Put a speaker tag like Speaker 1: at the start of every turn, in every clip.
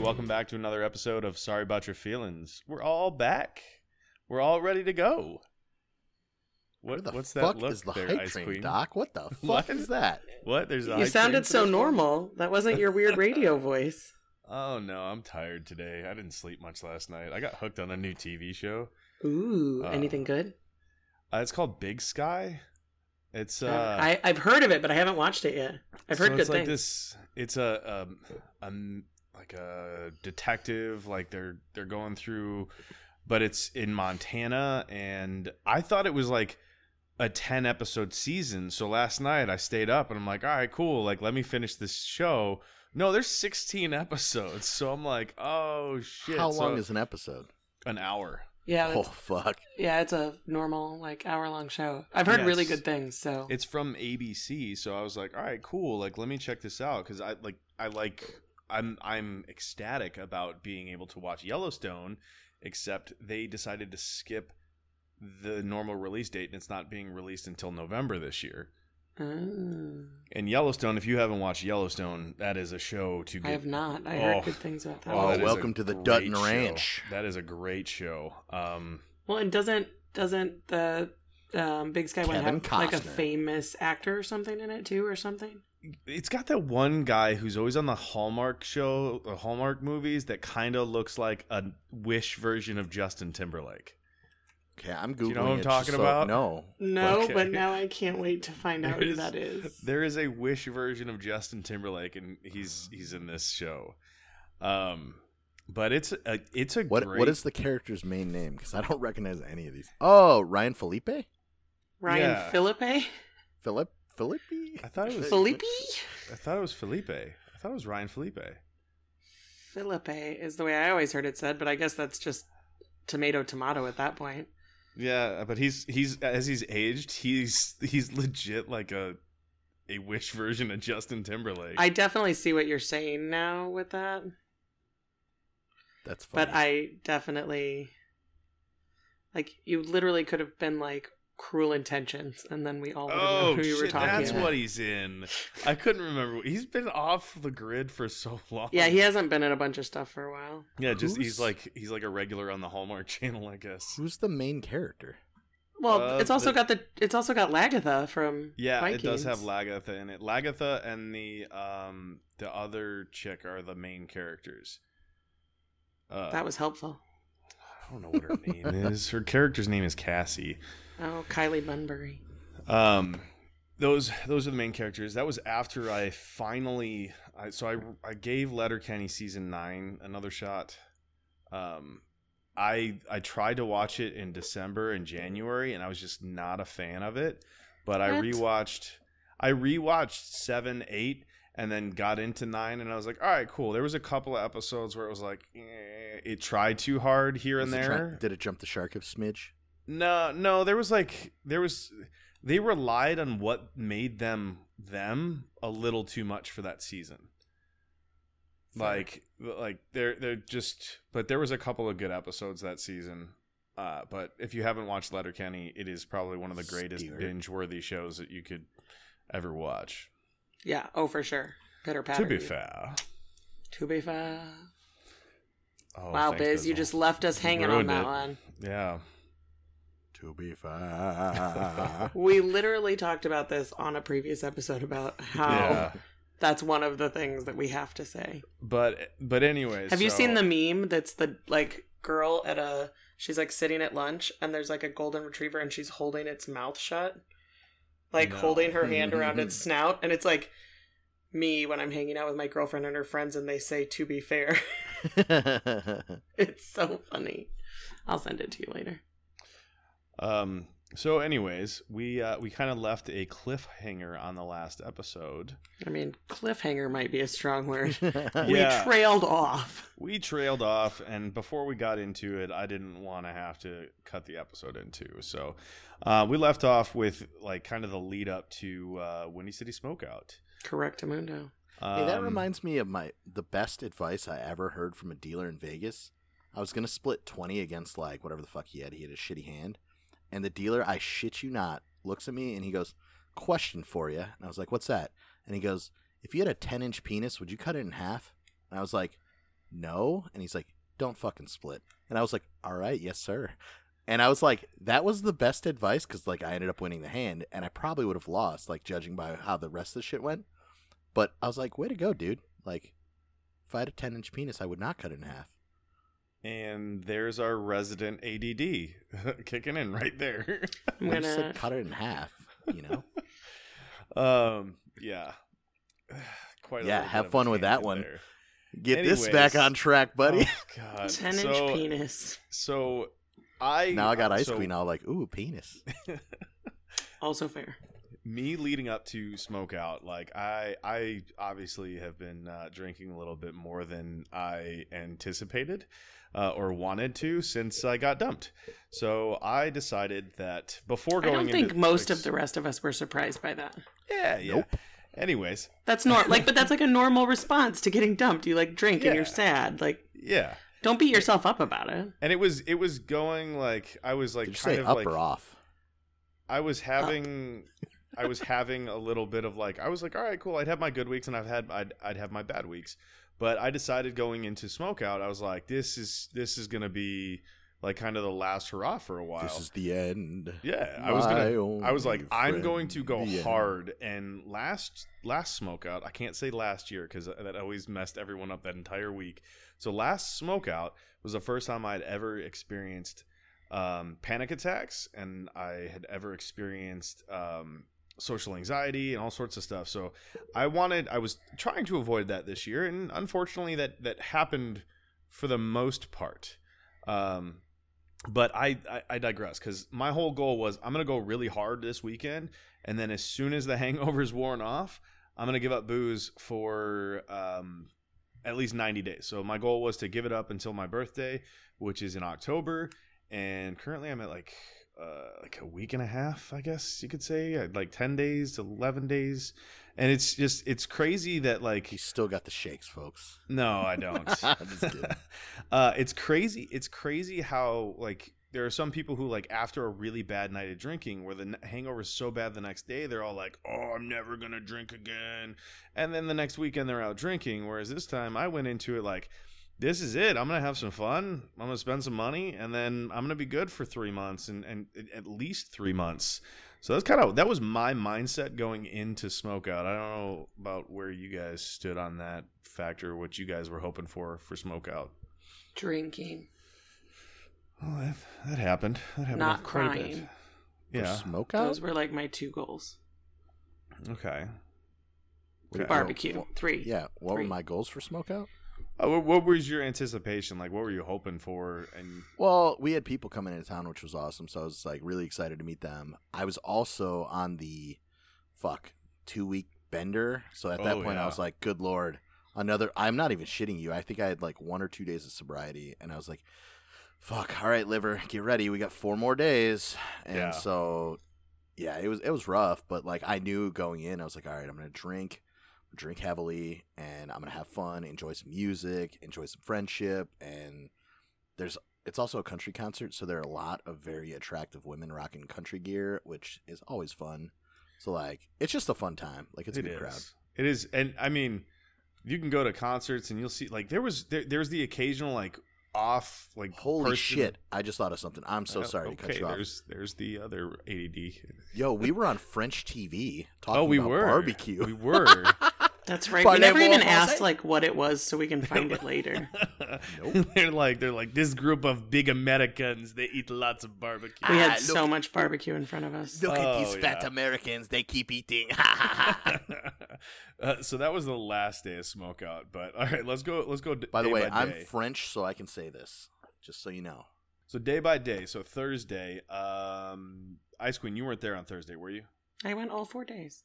Speaker 1: welcome back to another episode of Sorry About Your Feelings. We're all back. We're all ready to go. What
Speaker 2: Where the
Speaker 1: what's
Speaker 2: fuck
Speaker 1: that look
Speaker 2: is the
Speaker 1: there,
Speaker 2: hype
Speaker 1: Ice
Speaker 2: train,
Speaker 1: Queen?
Speaker 2: Doc? What the
Speaker 1: What?
Speaker 2: fuck is that?
Speaker 1: What? There's a
Speaker 3: You
Speaker 1: hype train
Speaker 3: sounded
Speaker 1: for
Speaker 3: so
Speaker 1: this one?
Speaker 3: normal. That wasn't your weird radio voice.
Speaker 1: Oh no, I'm tired today. I didn't sleep much last night. I got hooked on a new TV show.
Speaker 3: Ooh,
Speaker 1: Uh,
Speaker 3: anything good?
Speaker 1: Uh, it's called Big Sky. It's uh,
Speaker 3: I, I've heard of it, but I haven't watched it yet. I've heard
Speaker 1: so
Speaker 3: good
Speaker 1: it's like
Speaker 3: things.
Speaker 1: this. It's a um, um like a detective. Like they're they're going through, but it's in Montana, and I thought it was like a 10 episode season. So last night I stayed up and I'm like, all right, cool. Like, let me finish this show. No, there's 16 episodes. So I'm like, oh shit.
Speaker 2: How
Speaker 1: So-
Speaker 2: long is an episode?
Speaker 1: an hour?
Speaker 3: yeah,
Speaker 2: Oh
Speaker 3: it's,
Speaker 2: fuck!
Speaker 3: yeah, it's a normal like hour long show. I've heard
Speaker 1: Yeah,
Speaker 3: really
Speaker 1: it's-
Speaker 3: good things. So
Speaker 1: It's from ABC, so I was like, all right, cool. Like, let me check this out because I like I like I'm I'm ecstatic about being able to watch Yellowstone, except they decided to skip the normal release date and it's not being released until November this year.
Speaker 3: Oh,
Speaker 1: And Yellowstone, if you haven't watched Yellowstone, that is a show to get.
Speaker 3: I have not. I
Speaker 1: Oh.
Speaker 3: heard good things about that.
Speaker 2: Oh,
Speaker 1: that is a
Speaker 2: welcome to the
Speaker 1: great
Speaker 2: Dutton
Speaker 1: show.
Speaker 2: Ranch.
Speaker 1: That is a great show. Um,
Speaker 3: Well, and doesn't doesn't the um, Big Sky one
Speaker 2: Kevin
Speaker 3: have like a
Speaker 2: Costner.
Speaker 3: famous actor or something in it too, or something?
Speaker 1: it's got that one guy who's always on the Hallmark show, uh, Hallmark movies, that kind of looks like a Wish version of Justin Timberlake.
Speaker 2: Okay, I'm googling.
Speaker 1: you know who I'm
Speaker 2: it,
Speaker 1: talking
Speaker 2: so-
Speaker 1: about?
Speaker 2: No.
Speaker 3: No,
Speaker 1: Okay.
Speaker 3: but now I can't wait to find out who
Speaker 1: There's-
Speaker 3: that is.
Speaker 1: There is a Wish version of Justin Timberlake, and he's he's in this show. Um, but it's a it's a
Speaker 2: What
Speaker 1: great.
Speaker 2: What is the character's main name? Because I don't recognize any of these. Oh, Ryan Felipe,
Speaker 3: Ryan
Speaker 1: yeah.
Speaker 3: Philippe.
Speaker 2: Philip, Felipe.
Speaker 1: I thought it was
Speaker 3: Felipe.
Speaker 1: I thought it was Felipe. I thought it was Ryan Felipe.
Speaker 3: Felipe is the way I always heard it said, but I guess that's just tomato tomato at that point.
Speaker 1: Yeah, but he's he's as he's aged, he's he's legit like a a Wish version of Justin Timberlake.
Speaker 3: I definitely see what you're saying now with that,
Speaker 2: That's funny.
Speaker 3: but I definitely like you literally could have been like cruel intentions and then we all would have known
Speaker 1: Oh,
Speaker 3: who
Speaker 1: shit,
Speaker 3: you were talking
Speaker 1: that's
Speaker 3: about.
Speaker 1: what he's in. I couldn't remember. He's been off the grid for so long.
Speaker 3: Yeah, he hasn't been in a bunch of stuff for a while.
Speaker 1: Yeah, just he's
Speaker 2: Who's-
Speaker 1: like he's like a regular on the Hallmark Channel, I guess.
Speaker 2: Who's the main character?
Speaker 3: Well,
Speaker 1: Uh,
Speaker 3: it's also
Speaker 1: the-
Speaker 3: got the it's also got Lagatha from
Speaker 1: Yeah,
Speaker 3: Vikings.
Speaker 1: it does have Lagatha in it. Lagatha and the um the other chick are the main characters. Uh,
Speaker 3: That was helpful.
Speaker 1: I don't know what her name is. Her character's name is Cassie.
Speaker 3: Oh, Kylie Bunbury.
Speaker 1: Um, those those are the main characters. That was after I finally I, so I I gave Letterkenny season nine another shot. Um, I I tried to watch it in December and January, and I was just not a fan of it. But I
Speaker 3: What?
Speaker 1: rewatched I rewatched seven eight. And then got into nine, and I was like, "All right, cool." There was a couple of episodes where it was like, eh, it tried too hard here and
Speaker 2: Was it
Speaker 1: there.
Speaker 2: try- did it jump the shark of smidge?
Speaker 1: No, no, there was like there was they relied on what made them them a little too much for that season. Like like they're they're just but there was a couple of good episodes that season. Uh, but if you haven't watched Letterkenny, it is probably one of the greatest
Speaker 2: Stewart.
Speaker 1: binge-worthy shows that you could ever watch.
Speaker 3: Yeah, oh for sure. Pitter patter.
Speaker 1: To be
Speaker 3: you.
Speaker 1: fair.
Speaker 3: To be fair.
Speaker 1: Oh,
Speaker 3: wow,
Speaker 1: thanks,
Speaker 3: Biz, you
Speaker 1: Bizzle.
Speaker 3: just left us hanging on
Speaker 1: Ruined
Speaker 3: that
Speaker 1: it.
Speaker 3: one.
Speaker 1: yeah.
Speaker 2: To be fair.
Speaker 3: We literally talked about this on a previous episode about how
Speaker 1: Yeah.
Speaker 3: that's one of the things that we have to say.
Speaker 1: But but anyways,
Speaker 3: Have you
Speaker 1: so-
Speaker 3: seen the meme that's the like girl at a she's like sitting at lunch and there's like a golden retriever and she's holding its mouth shut. Like
Speaker 1: No.
Speaker 3: holding her hand around its snout and it's like me when I'm hanging out with my girlfriend and her friends and they say to be fair. it's so funny. I'll send it to you later.
Speaker 1: Um. So, anyways, we uh, we kind of left a cliffhanger on the last episode.
Speaker 3: I mean, cliffhanger might be a strong word.
Speaker 1: Yeah.
Speaker 3: We trailed off.
Speaker 1: We trailed off, and before we got into it, I didn't want to have to cut the episode in two. So, uh, we left off with like kind of the lead up to uh, Windy City Smokeout.
Speaker 3: Correct, Amundo.
Speaker 1: Um,
Speaker 2: Hey, that reminds me of my the best advice I ever heard from a dealer in Vegas. I was gonna split twenty against like whatever the fuck he had. He had a shitty hand, and the dealer, I shit you not, looks at me and he goes, "Question for you." And I was like, "What's that?" And he goes, "If you had a ten inch penis, would you cut it in half?" And I was like, no. And he's like, don't fucking split. And I was like, all right, yes, sir. And I was like, that was the best advice because like I ended up winning the hand and I probably would have lost, like judging by how the rest of the shit went. But I was like, way to go, dude. Like, if I had a 10 inch penis, I would not cut it in half.
Speaker 1: And there's our resident ADD kicking in right there.
Speaker 3: I'm
Speaker 2: I just
Speaker 3: gonna
Speaker 2: said cut it in half, you know?
Speaker 1: um, yeah. Quite a
Speaker 2: Yeah,
Speaker 1: little
Speaker 2: have
Speaker 1: bit of a
Speaker 2: fun with that
Speaker 1: tangent
Speaker 2: one,
Speaker 1: there.
Speaker 2: Get this back
Speaker 1: Anyways.
Speaker 2: on track, buddy.
Speaker 1: Oh, God.
Speaker 3: 10 inch
Speaker 1: so,
Speaker 3: penis.
Speaker 1: So I
Speaker 2: now I got Ice
Speaker 1: so
Speaker 2: Queen all like, ooh, penis.
Speaker 3: Also fair.
Speaker 1: me leading up to smoke out like i i obviously have been uh, drinking a little bit more than i anticipated uh, or wanted to since i got dumped so i decided that before
Speaker 3: I
Speaker 1: going
Speaker 3: don't think
Speaker 1: into
Speaker 3: most
Speaker 1: like,
Speaker 3: of the rest of us were surprised by that.
Speaker 1: yeah yeah
Speaker 2: Nope.
Speaker 1: anyways
Speaker 3: That's normal. like, but that's like a normal response to getting dumped. You like drink and you're
Speaker 1: Yeah.
Speaker 3: sad. Like,
Speaker 1: yeah
Speaker 3: don't beat yourself up about it.
Speaker 1: and it was it was going like i was like
Speaker 2: Did you
Speaker 1: kind
Speaker 2: say
Speaker 1: of
Speaker 2: up
Speaker 1: like
Speaker 2: or off?
Speaker 1: I was having I was having a little bit of like I was like, all right, cool. I'd have my good weeks and I've had I'd I'd have my bad weeks. But I decided going into smokeout, I was like, this is this is gonna be like kind of the last hurrah for a while.
Speaker 2: This is the end.
Speaker 1: yeah, I was gonna.
Speaker 2: My
Speaker 1: I was like,
Speaker 2: only
Speaker 1: I'm
Speaker 2: friend,
Speaker 1: going to go
Speaker 2: the end.
Speaker 1: hard. And last last smokeout, I can't say last year because that always messed everyone up that entire week. So last smokeout was the first time I'd ever experienced um, panic attacks, and I had ever experienced um, social anxiety and all sorts of stuff. So I wanted, I was trying to avoid that this year, and unfortunately, that that happened for the most part. Um, but I I, I digress because my whole goal was I'm gonna go really hard this weekend, and then as soon as the hangover's worn off, I'm gonna give up booze for um, at least 90 days. So my goal was to give it up until my birthday, which is in October, and currently I'm at like. Uh, like a week and a half, I guess you could say, uh, like ten days, eleven days, and it's just it's crazy that like
Speaker 2: He's still got the shakes, folks.
Speaker 1: no, I don't.
Speaker 2: Just kidding.
Speaker 1: uh, it's crazy. It's crazy how like there are some people who like after a really bad night of drinking, where the n- hangover is so bad the next day, they're all like, "Oh, I'm never gonna drink again," and then the next weekend they're out drinking. Whereas this time, I went into it like. This is it. I'm gonna have some fun. I'm gonna spend some money, and then I'm gonna be good for three months, and, and at least three months. So that's kind of that was my mindset going into smokeout. I don't know about where you guys stood on that factor, what you guys were hoping for for smokeout.
Speaker 3: Drinking.
Speaker 1: Well, that, that happened. That happened.
Speaker 3: Not
Speaker 1: quite a
Speaker 3: crying.
Speaker 1: bit.
Speaker 2: For
Speaker 1: Yeah.
Speaker 2: Smoke out?
Speaker 3: Those were like my two goals.
Speaker 1: Okay.
Speaker 2: What-
Speaker 3: Barbecue.
Speaker 2: what-
Speaker 3: Three.
Speaker 2: Yeah. What were
Speaker 3: Three.
Speaker 2: my goals for smoke out?
Speaker 1: Uh, what, what was your anticipation? Like, what were you hoping for? And
Speaker 2: Well, we had people coming into town, which was awesome. So I was like really excited to meet them. I was also on the fuck two week bender. So at that
Speaker 1: Oh,
Speaker 2: point,
Speaker 1: yeah.
Speaker 2: I was like, good lord, another. I'm not even shitting you. I think I had like one or two days of sobriety, and I was like, fuck, all right, liver, get ready. We got four more days, and
Speaker 1: Yeah.
Speaker 2: so yeah, it was it was rough, but like I knew going in, I was like, all right, I'm gonna drink drink heavily and I'm gonna have fun, enjoy some music, enjoy some friendship, and there's it's also a country concert, so there are a lot of very attractive women rocking country gear, which is always fun. So like it's just a fun time. Like it's a
Speaker 1: it
Speaker 2: good
Speaker 1: is.
Speaker 2: crowd.
Speaker 1: It is. And I mean, you can go to concerts and you'll see. Like, there was there, there's the occasional like off like
Speaker 2: Holy
Speaker 1: person-
Speaker 2: shit. I just thought of something. I'm so
Speaker 1: Uh,
Speaker 2: sorry to cut
Speaker 1: okay,
Speaker 2: you off.
Speaker 1: There's there's the other ADD.
Speaker 2: Yo, we were on French TV talking
Speaker 1: oh, we
Speaker 2: about
Speaker 1: were
Speaker 2: barbecue.
Speaker 1: We were.
Speaker 3: That's right.
Speaker 2: Parlez-vous
Speaker 3: we never even
Speaker 2: en français?
Speaker 3: asked like what it was, so we can find it later.
Speaker 2: Nope.
Speaker 1: they're like they're like this group of big Americans. They eat lots of barbecue.
Speaker 3: We had
Speaker 2: Ah,
Speaker 3: so much barbecue in front of us.
Speaker 2: Look at these
Speaker 1: Oh,
Speaker 2: fat
Speaker 1: yeah.
Speaker 2: Americans, they keep eating.
Speaker 1: uh, so that was the last day of smokeout. But all right, let's go. Let's go. d-
Speaker 2: by the
Speaker 1: day
Speaker 2: way,
Speaker 1: by
Speaker 2: I'm
Speaker 1: day.
Speaker 2: French, so I can say this. Just so you know.
Speaker 1: so day by day. So Thursday, um, Ice Queen, you weren't there on Thursday, were you?
Speaker 3: I went all four days.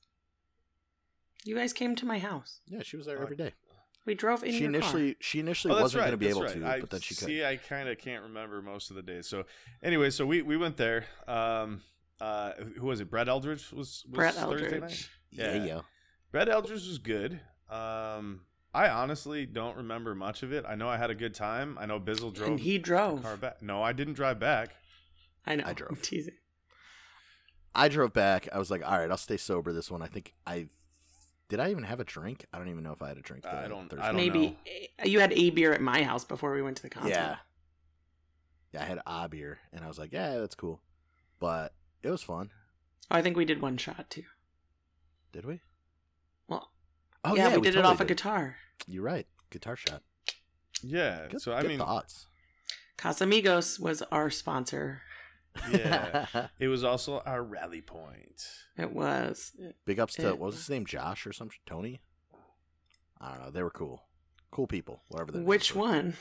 Speaker 3: You guys came to my house.
Speaker 2: Yeah, she was there
Speaker 1: Uh,
Speaker 2: every day.
Speaker 3: We drove in
Speaker 2: she
Speaker 3: your
Speaker 2: initially
Speaker 3: car.
Speaker 2: she initially
Speaker 1: Oh, that's
Speaker 2: wasn't
Speaker 1: right,
Speaker 2: going to be
Speaker 1: that's
Speaker 2: able
Speaker 1: right.
Speaker 2: to,
Speaker 1: I,
Speaker 2: but then she could.
Speaker 1: see. I kind of can't remember most of the days. So anyway, so we we went there. Um, uh, who was it? Brett Eldridge was, was
Speaker 3: Brett
Speaker 1: Thursday
Speaker 3: Eldridge.
Speaker 1: night?
Speaker 2: yeah,
Speaker 1: yeah.
Speaker 2: yeah.
Speaker 1: Brad Eldridge was good. Um, I honestly don't remember much of it. I know I had a good time. I know Bizzle drove
Speaker 3: and he
Speaker 1: the
Speaker 3: drove.
Speaker 1: car back. No, I didn't drive back.
Speaker 3: I know.
Speaker 2: I drove.
Speaker 3: I'm teasing.
Speaker 2: I drove back. I was like, all right, I'll stay sober this one. I think I Did I even have a drink? I don't even know if I had a drink.
Speaker 1: I
Speaker 2: that
Speaker 1: don't-
Speaker 2: Thursday.
Speaker 1: I don't
Speaker 3: Maybe
Speaker 1: know.
Speaker 3: you had a beer at my house before we went to the concert.
Speaker 2: Yeah. Yeah, I had a beer, and I was like, yeah, that's cool. But it was fun.
Speaker 3: Oh, I think we did one shot too.
Speaker 2: Did we?
Speaker 3: Well,
Speaker 2: Oh
Speaker 3: yeah, we, did it
Speaker 2: totally
Speaker 3: off a guitar.
Speaker 2: You're right. Guitar shot.
Speaker 1: Yeah.
Speaker 2: Good,
Speaker 1: so I
Speaker 2: good
Speaker 1: mean,
Speaker 2: thoughts.
Speaker 3: Casamigos was our sponsor.
Speaker 1: yeah. It was also our rally point.
Speaker 3: It was.
Speaker 2: Big ups to
Speaker 3: Yeah.
Speaker 2: what was his name? Josh or some sh- Tony? I don't know. They were cool. Cool people. Whatever. their names
Speaker 3: Which
Speaker 2: were.
Speaker 3: one?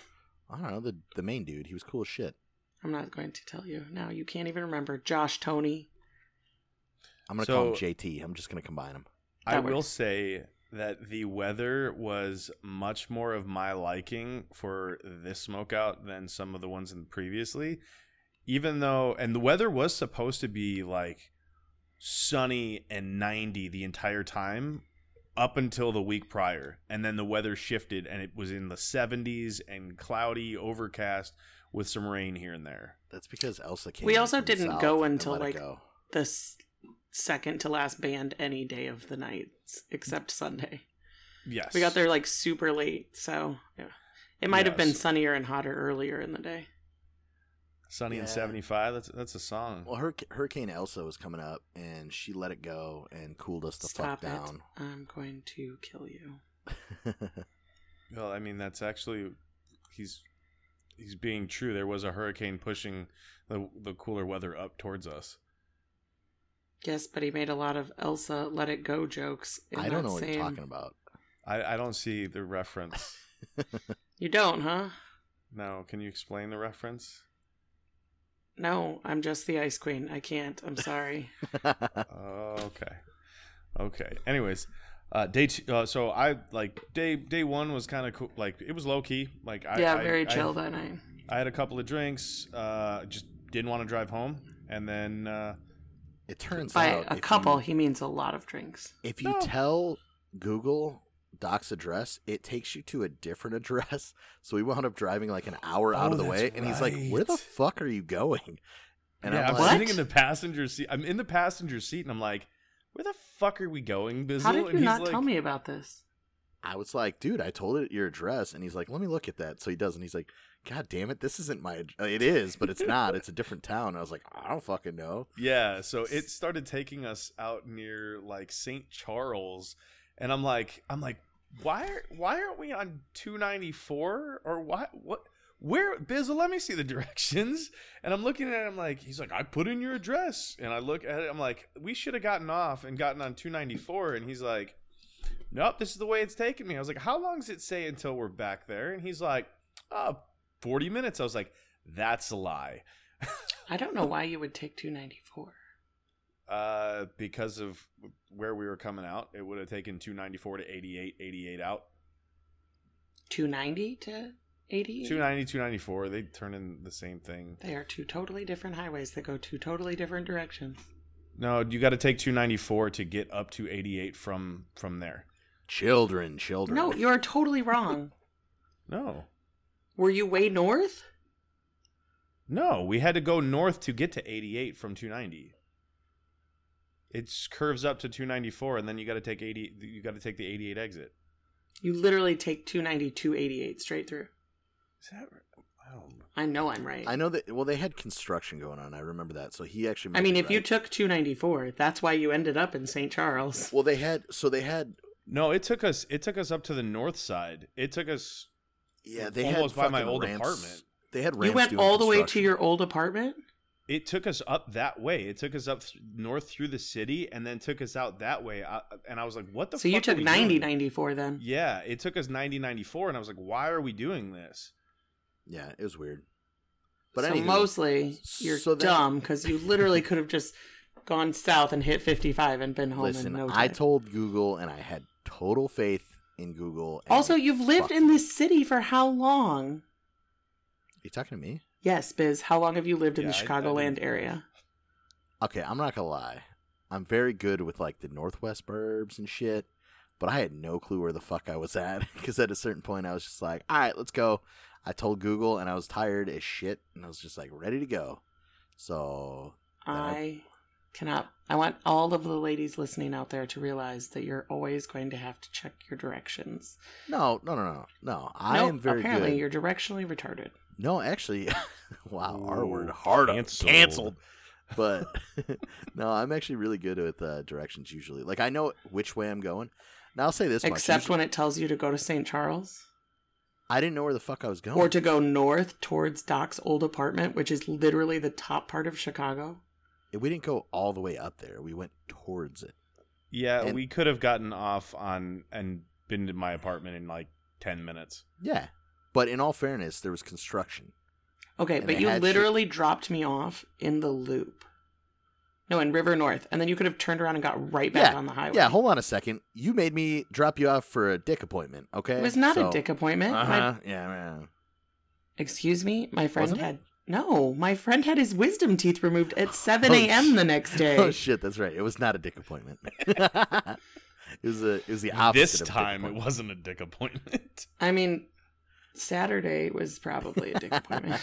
Speaker 2: I don't know. The the main dude. He was cool as shit.
Speaker 3: I'm not going to tell you. No, you can't even remember. Josh, Tony.
Speaker 2: I'm gonna call him
Speaker 1: So-
Speaker 2: JT. I'm just gonna combine him.
Speaker 1: I
Speaker 3: That
Speaker 1: will
Speaker 3: works.
Speaker 1: say that the weather was much more of my liking for this smokeout than some of the ones in previously. Even though, and the weather was supposed to be like sunny and 90 the entire time up until the week prior. And then the weather shifted and it was in the 70s and cloudy, overcast with some rain here and there.
Speaker 2: That's because Elsa came.
Speaker 3: We also
Speaker 2: from the
Speaker 3: didn't
Speaker 2: south
Speaker 3: go
Speaker 2: and
Speaker 3: until,
Speaker 2: let it
Speaker 3: like-
Speaker 2: go.
Speaker 3: The s- second to last band any day of the night except Sunday.
Speaker 1: Yes.
Speaker 3: We got there like super late, so yeah. it might have been
Speaker 1: Yes.
Speaker 3: sunnier and hotter earlier in the day.
Speaker 1: sunny and
Speaker 2: Yeah.
Speaker 1: 75. That's that's a song.
Speaker 2: Well, Hurric- Hurricane Elsa was coming up, and she let it go and cooled us the
Speaker 3: Stop
Speaker 2: fuck
Speaker 3: it.
Speaker 2: down.
Speaker 3: I'm going to kill you.
Speaker 1: Well, I mean that's actually he's he's being true. There was a hurricane pushing the the cooler weather up towards us.
Speaker 3: Yes, but he made a lot of Elsa let it go jokes. in
Speaker 2: I don't
Speaker 3: that
Speaker 2: know what
Speaker 3: same-
Speaker 2: you're talking about.
Speaker 1: I, I don't see the reference.
Speaker 3: You don't, huh?
Speaker 1: No, can you explain the reference?
Speaker 3: No, I'm just the ice queen. I can't. I'm sorry.
Speaker 1: Oh, okay, okay. Anyways, uh, day two, uh, so I like day day one was kind of cool. Like it was low key. Like I,
Speaker 3: yeah,
Speaker 1: I-
Speaker 3: very
Speaker 1: I-
Speaker 3: chill that night.
Speaker 1: I, had a couple of drinks. Uh, just didn't want to drive home, and then uh,
Speaker 2: it turns
Speaker 3: By
Speaker 2: out if
Speaker 3: a
Speaker 2: you-
Speaker 3: couple, he means a lot of drinks.
Speaker 2: If you
Speaker 1: No.
Speaker 2: tell Google Doc's address, it takes you to a different address. So we wound up driving like an hour out
Speaker 1: Oh,
Speaker 2: of the
Speaker 1: that's
Speaker 2: way, and he's like, "Where the
Speaker 1: right.
Speaker 2: fuck are you going?" And
Speaker 1: yeah,
Speaker 2: I'm
Speaker 1: I'm,
Speaker 2: like,
Speaker 1: sitting in the passenger seat. I'm in the passenger seat, and I'm like, "Where the fuck are we going, Bizzle?"
Speaker 3: How did
Speaker 1: and
Speaker 3: you not
Speaker 1: like,
Speaker 3: tell me about this?
Speaker 2: I was like, "Dude, I told it your address," and he's like, "Let me look at that." So he does, and he's like, "God damn it, this isn't my. Ad- uh, it is, but it's not. It's a different town." And I was like, "I don't fucking know."
Speaker 1: Yeah, so it started taking us out near like St. Charles, and I'm like, I'm like, why are why aren't we on 294 or why what? Where Bizzle? Let me see the directions. And I'm looking at it. I'm like, he's like, I put in your address, and I look at it. I'm like, we should have gotten off and gotten on 294. And he's like, Nope, this is the way it's taking me. I was like, How long does it say until we're back there? And he's like, uh, 40 minutes. I was like, That's a lie.
Speaker 3: I don't know why you would take 294.
Speaker 1: Uh, because of where we were coming out, it would have taken 294 to 88, 88 out.
Speaker 3: 290 to 80?
Speaker 1: 290, 294, they turn in the same thing.
Speaker 3: They are two totally different highways that go two totally different directions.
Speaker 1: No, you got to take 294 to get up to 88 from from there.
Speaker 2: Children, children.
Speaker 3: No, you are totally wrong.
Speaker 1: No.
Speaker 3: Were you way north?
Speaker 1: No, we had to go north to get to 88 from 290. It curves up to 294 and then you got to take 80 you got to take the 88 exit.
Speaker 3: You literally take 290, 288 straight through.
Speaker 1: Is that right? I don't
Speaker 3: I know I'm right.
Speaker 2: I know that. Well, they had construction going on. I remember that. So he actually.
Speaker 3: I
Speaker 2: made
Speaker 3: mean,
Speaker 2: it
Speaker 3: if you
Speaker 2: right.
Speaker 3: took 294, that's why you ended up in St. Charles.
Speaker 2: well, they had. So they had.
Speaker 1: No, it took us it took us up to the north side. It took us
Speaker 2: Yeah, they
Speaker 1: Almost
Speaker 2: had
Speaker 1: by my
Speaker 2: fucking
Speaker 1: old
Speaker 2: ramps-
Speaker 1: apartment.
Speaker 2: They had.
Speaker 3: You
Speaker 2: ramps
Speaker 3: went
Speaker 2: doing
Speaker 3: all the way to
Speaker 2: construction.
Speaker 3: your old apartment?
Speaker 1: it took us up that way. It took us up th- north through the city and then took us out that way. I, and I was like, what the
Speaker 3: So you
Speaker 1: fuck are
Speaker 3: took
Speaker 1: we
Speaker 3: 90,
Speaker 1: doing?
Speaker 3: 94 then.
Speaker 1: Yeah, it took us 90, 94. And I was like, why are we doing this?
Speaker 2: Yeah, it was weird. But
Speaker 3: so
Speaker 2: anywho,
Speaker 3: mostly you're
Speaker 2: so that-
Speaker 3: dumb because you literally could have just gone south and hit 55 and been home
Speaker 2: listen,
Speaker 3: in no time.
Speaker 2: I told Google, and I had total faith in Google. and
Speaker 3: also, you've lived
Speaker 2: fuck
Speaker 3: in
Speaker 2: me.
Speaker 3: this city for how long?
Speaker 2: you talking to me?
Speaker 3: Yes, Biz. How long have you lived in
Speaker 1: Yeah,
Speaker 3: the
Speaker 1: I- I
Speaker 3: Chicagoland
Speaker 1: didn't-
Speaker 3: area?
Speaker 2: Okay, I'm not gonna lie. I'm very good with like the Northwest burbs and shit, but I had no clue where the fuck I was at because at a certain point I was just like, all right, let's go. I told Google, and I was tired as shit, and I was just like ready to go. So
Speaker 3: I Cannot. I want all of the ladies listening out there to realize that you're always going to have to check your directions.
Speaker 2: No, no, no, no, no. I
Speaker 3: Nope,
Speaker 2: am very
Speaker 3: apparently
Speaker 2: good.
Speaker 3: you're directionally retarded.
Speaker 2: No, actually, wow, R
Speaker 1: Ooh,
Speaker 2: word hard up.
Speaker 1: canceled.
Speaker 2: canceled. But no, I'm actually really good with uh, directions usually. Like I know which way I'm going. Now I'll say this much.
Speaker 3: Except
Speaker 2: usually-
Speaker 3: when it tells you to go to St. Charles
Speaker 2: I didn't know where the fuck I was going.
Speaker 3: or to go north towards Doc's old apartment, which is literally the top part of Chicago.
Speaker 2: we didn't go all the way up there. We went towards it.
Speaker 1: Yeah,
Speaker 2: And-
Speaker 1: we could have gotten off on and been to my apartment in like ten minutes.
Speaker 2: Yeah. But in all fairness, there was construction.
Speaker 3: Okay,
Speaker 2: And
Speaker 3: but
Speaker 2: it
Speaker 3: you
Speaker 2: had shi-
Speaker 3: literally dropped me off in the loop. No, in River North. And then you could have turned around and got right back on the highway.
Speaker 2: Yeah, hold on a second. You made me drop you off for a dick appointment, okay?
Speaker 3: It was not
Speaker 2: So-
Speaker 3: a dick appointment. My-
Speaker 2: Uh-huh. Yeah, man.
Speaker 3: excuse me, my friend
Speaker 2: Wasn't it?
Speaker 3: had no. My friend had his wisdom teeth removed at seven
Speaker 2: Oh,
Speaker 3: a.m. the
Speaker 2: sh-
Speaker 3: next day.
Speaker 2: Oh shit, that's right. It was not a dick appointment. it was a it was the opposite.
Speaker 1: This
Speaker 2: of a dick
Speaker 1: time it
Speaker 2: appointment.
Speaker 1: wasn't a dick appointment.
Speaker 3: I mean, Saturday was probably a dick appointment.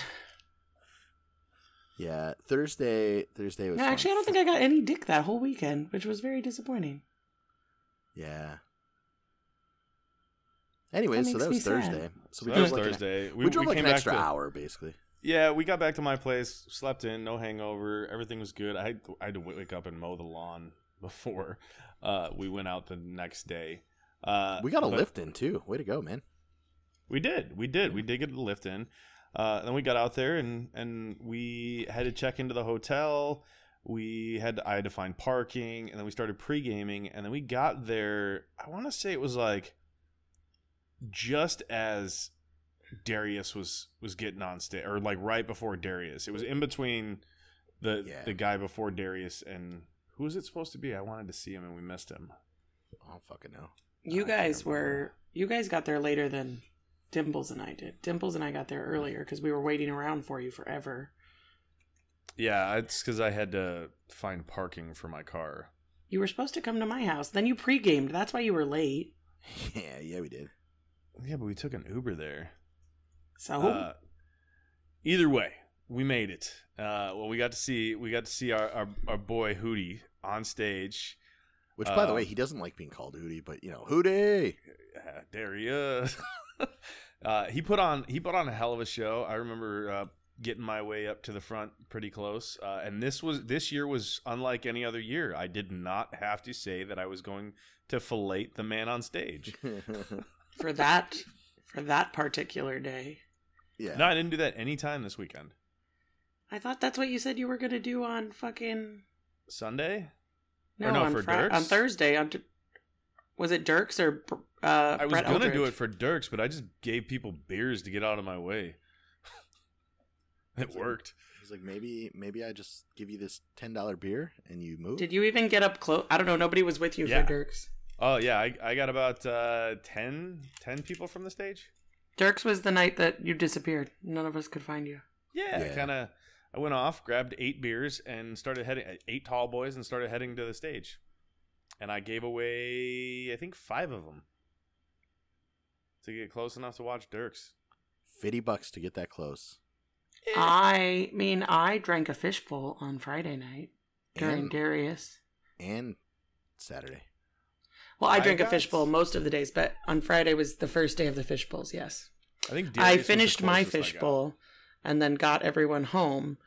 Speaker 2: Yeah, Thursday. Thursday was.
Speaker 3: no,
Speaker 2: fun.
Speaker 3: actually, I don't think I got any dick that whole weekend, which was very disappointing.
Speaker 2: Yeah. Anyway, so
Speaker 3: makes
Speaker 2: that
Speaker 3: me
Speaker 2: was
Speaker 3: sad.
Speaker 2: Thursday.
Speaker 1: So
Speaker 2: So we
Speaker 1: that was
Speaker 2: drove like an-
Speaker 1: Thursday.
Speaker 2: we, drove like an
Speaker 1: back
Speaker 2: extra
Speaker 1: to-
Speaker 2: hour, basically.
Speaker 1: Yeah, we got back to my place, slept in, no hangover, everything was good. I had, I had to wake up and mow the lawn before uh, we went out the next day. Uh,
Speaker 2: We got a
Speaker 1: but-
Speaker 2: lift in too. Way to go, man.
Speaker 1: We did, we did, we did get the lift in. Uh, then we got out there and and we had to check into the hotel. We had I had to find parking, and then we started pre gaming, and then we got there. I want to say it was like just as Darius was was getting on stage, or like right before Darius. It was in between the
Speaker 2: Yeah.
Speaker 1: the guy before Darius and who was it supposed to be? I wanted to see him and we missed him.
Speaker 2: I don't fucking know.
Speaker 3: You
Speaker 1: I can't
Speaker 3: guys were
Speaker 1: remember.
Speaker 3: you guys got there later than Dimples and I did. Dimples and I got there earlier because we were waiting around for you forever.
Speaker 1: Yeah, it's because I had to find parking for my car.
Speaker 3: You were supposed to come to my house. Then you pre-gamed. That's why you were late.
Speaker 2: Yeah, yeah, we did.
Speaker 1: Yeah, but we took an Uber there.
Speaker 3: So
Speaker 1: Uh, either way, we made it. Uh, well, we got to see we got to see our our, our boy Hootie on stage.
Speaker 2: Which, by the
Speaker 1: Uh,
Speaker 2: way, he doesn't like being called Hootie, but you know, Hootie.
Speaker 1: Uh, there he is. uh, he put on he put on a hell of a show. I remember uh, getting my way up to the front pretty close. Uh, and this was this year was unlike any other year. I did not have to say that I was going to fillet the man on stage.
Speaker 3: for that for that particular day.
Speaker 2: yeah.
Speaker 1: No, I didn't do that any time this weekend.
Speaker 3: I thought that's what you said you were gonna do on fucking
Speaker 1: Sunday,
Speaker 3: no,
Speaker 1: no,
Speaker 3: on
Speaker 1: for
Speaker 3: Fri-
Speaker 1: Dirks?
Speaker 3: on Thursday on Dir- was it Dirks or uh,
Speaker 1: I was
Speaker 3: Brett
Speaker 1: gonna do
Speaker 3: Eldridge?
Speaker 1: it for Dirks, but I just gave people beers to get out of my way. it worked.
Speaker 2: He's like, maybe, maybe I just give you this ten dollar beer and you move.
Speaker 3: Did you even get up close? I don't know. Nobody was with you
Speaker 1: Yeah.
Speaker 3: for Dirks.
Speaker 1: Oh yeah, I, I got about uh, 10, 10 people from the stage.
Speaker 3: Dirks was the night that you disappeared. None of us could find you.
Speaker 1: Yeah, I
Speaker 2: Yeah.
Speaker 1: kind of. I went off, grabbed eight beers, and started heading eight tall boys, and started heading to the stage. And I gave away, I think, five of them to get close enough to watch Dirks.
Speaker 2: Fifty bucks to get that close.
Speaker 3: I mean, I drank a fishbowl on Friday night during
Speaker 2: and,
Speaker 3: Darius.
Speaker 2: and Saturday.
Speaker 3: Well, I
Speaker 1: I
Speaker 3: drank a
Speaker 1: got-
Speaker 3: fishbowl most of the days, but on Friday was the first day of the fishbowls. Yes.
Speaker 1: I think Darius
Speaker 3: I
Speaker 1: was the
Speaker 3: finished my
Speaker 1: closest I got.
Speaker 3: fishbowl and then got everyone home.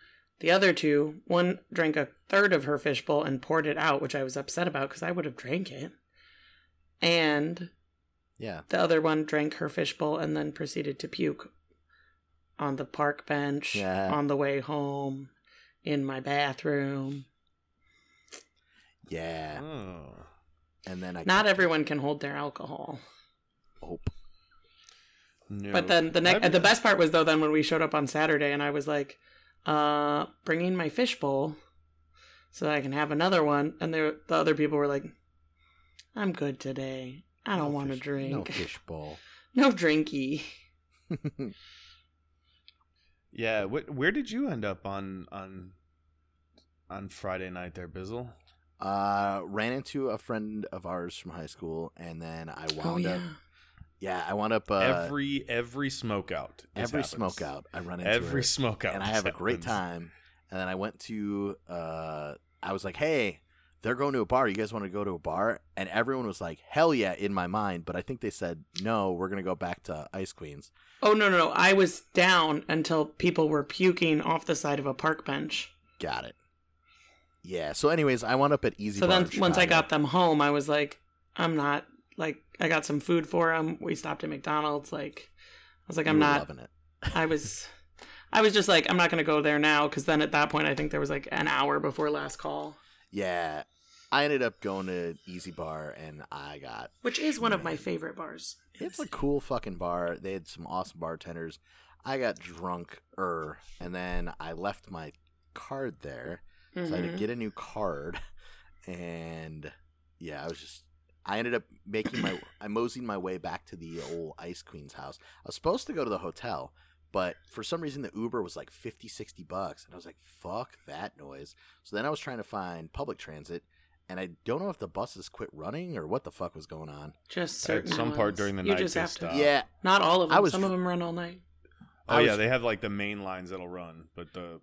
Speaker 3: The other two, one drank a third of her fishbowl and poured it out, which I was upset about because I would have drank it. And
Speaker 2: Yeah,
Speaker 3: the other one drank her fishbowl and then proceeded to puke on the park bench,
Speaker 2: Yeah.
Speaker 3: on the way home, in my bathroom.
Speaker 2: yeah.
Speaker 1: Oh.
Speaker 2: And then I oh,
Speaker 3: Not everyone can hold their alcohol.
Speaker 2: Hope.
Speaker 1: No.
Speaker 3: But then the next,
Speaker 1: I've-
Speaker 3: the best part was though. Then when we showed up on Saturday, and I was like, uh, bringing my fishbowl, so that I can have another one. And there, the other people were like, I'm good today. I don't
Speaker 2: No
Speaker 3: want to
Speaker 2: fish- No
Speaker 3: drink.
Speaker 2: fishbowl.
Speaker 3: No, drinky.
Speaker 1: Yeah, wh- where did you end up on on on Friday night there, Bizzle?
Speaker 2: uh, ran into a friend of ours from high school, and then I
Speaker 3: Oh
Speaker 2: wound
Speaker 3: yeah.
Speaker 2: up. Yeah, I wound up uh, every,
Speaker 1: every every smoke out. this happens.
Speaker 2: smoke out. I run into
Speaker 1: Every
Speaker 2: her,
Speaker 1: smoke out.
Speaker 2: and I have a
Speaker 1: this happens.
Speaker 2: great time. And then I went to uh, I was like, hey, they're going to a bar. You guys want to go to a bar? And everyone was like, hell yeah, in my mind. But I think they said, no, we're going to go back to Ice Queens.
Speaker 3: Oh no no no! I was down until people were puking off the side of a park bench.
Speaker 2: Got it. Yeah. So, anyways, I wound up at Easy
Speaker 3: so
Speaker 2: Bar.
Speaker 3: then
Speaker 2: in
Speaker 3: once I
Speaker 2: Chicago.
Speaker 3: got them home, I was like, I'm not like I got some food for them. We stopped at McDonald's. Like I was like,
Speaker 2: You
Speaker 3: I'm
Speaker 2: were
Speaker 3: not.
Speaker 2: loving it.
Speaker 3: I was. I was just like, I'm not gonna go there now because then at that point I think there was like an hour before last call,
Speaker 2: Yeah. I ended up going to Easy Bar and I got
Speaker 3: which is one of my favorite bars.
Speaker 2: it's a cool fucking bar. They had some awesome bartenders. I got drunk er and then I left my card there. So I had to
Speaker 3: Mhm.
Speaker 2: get a new card and yeah, I was just I ended up making my I moseyed my way back to the old Ice Queen's house. I was supposed to go to the hotel, but for some reason the Uber was like 50 60 bucks and I was like fuck that noise. So then I was trying to find public transit and I don't know if the buses quit running or what the fuck was going on.
Speaker 3: Just
Speaker 1: At
Speaker 3: certain
Speaker 1: some part
Speaker 3: ones.
Speaker 1: during the
Speaker 3: You
Speaker 1: night,
Speaker 3: just
Speaker 1: they
Speaker 3: have to-
Speaker 1: stop.
Speaker 2: yeah,
Speaker 3: Not all of them.
Speaker 2: I was
Speaker 3: some
Speaker 2: tr-
Speaker 3: of them run all night.
Speaker 1: Oh
Speaker 2: I
Speaker 1: yeah,
Speaker 2: was-
Speaker 1: they have like the main lines that'll run, but the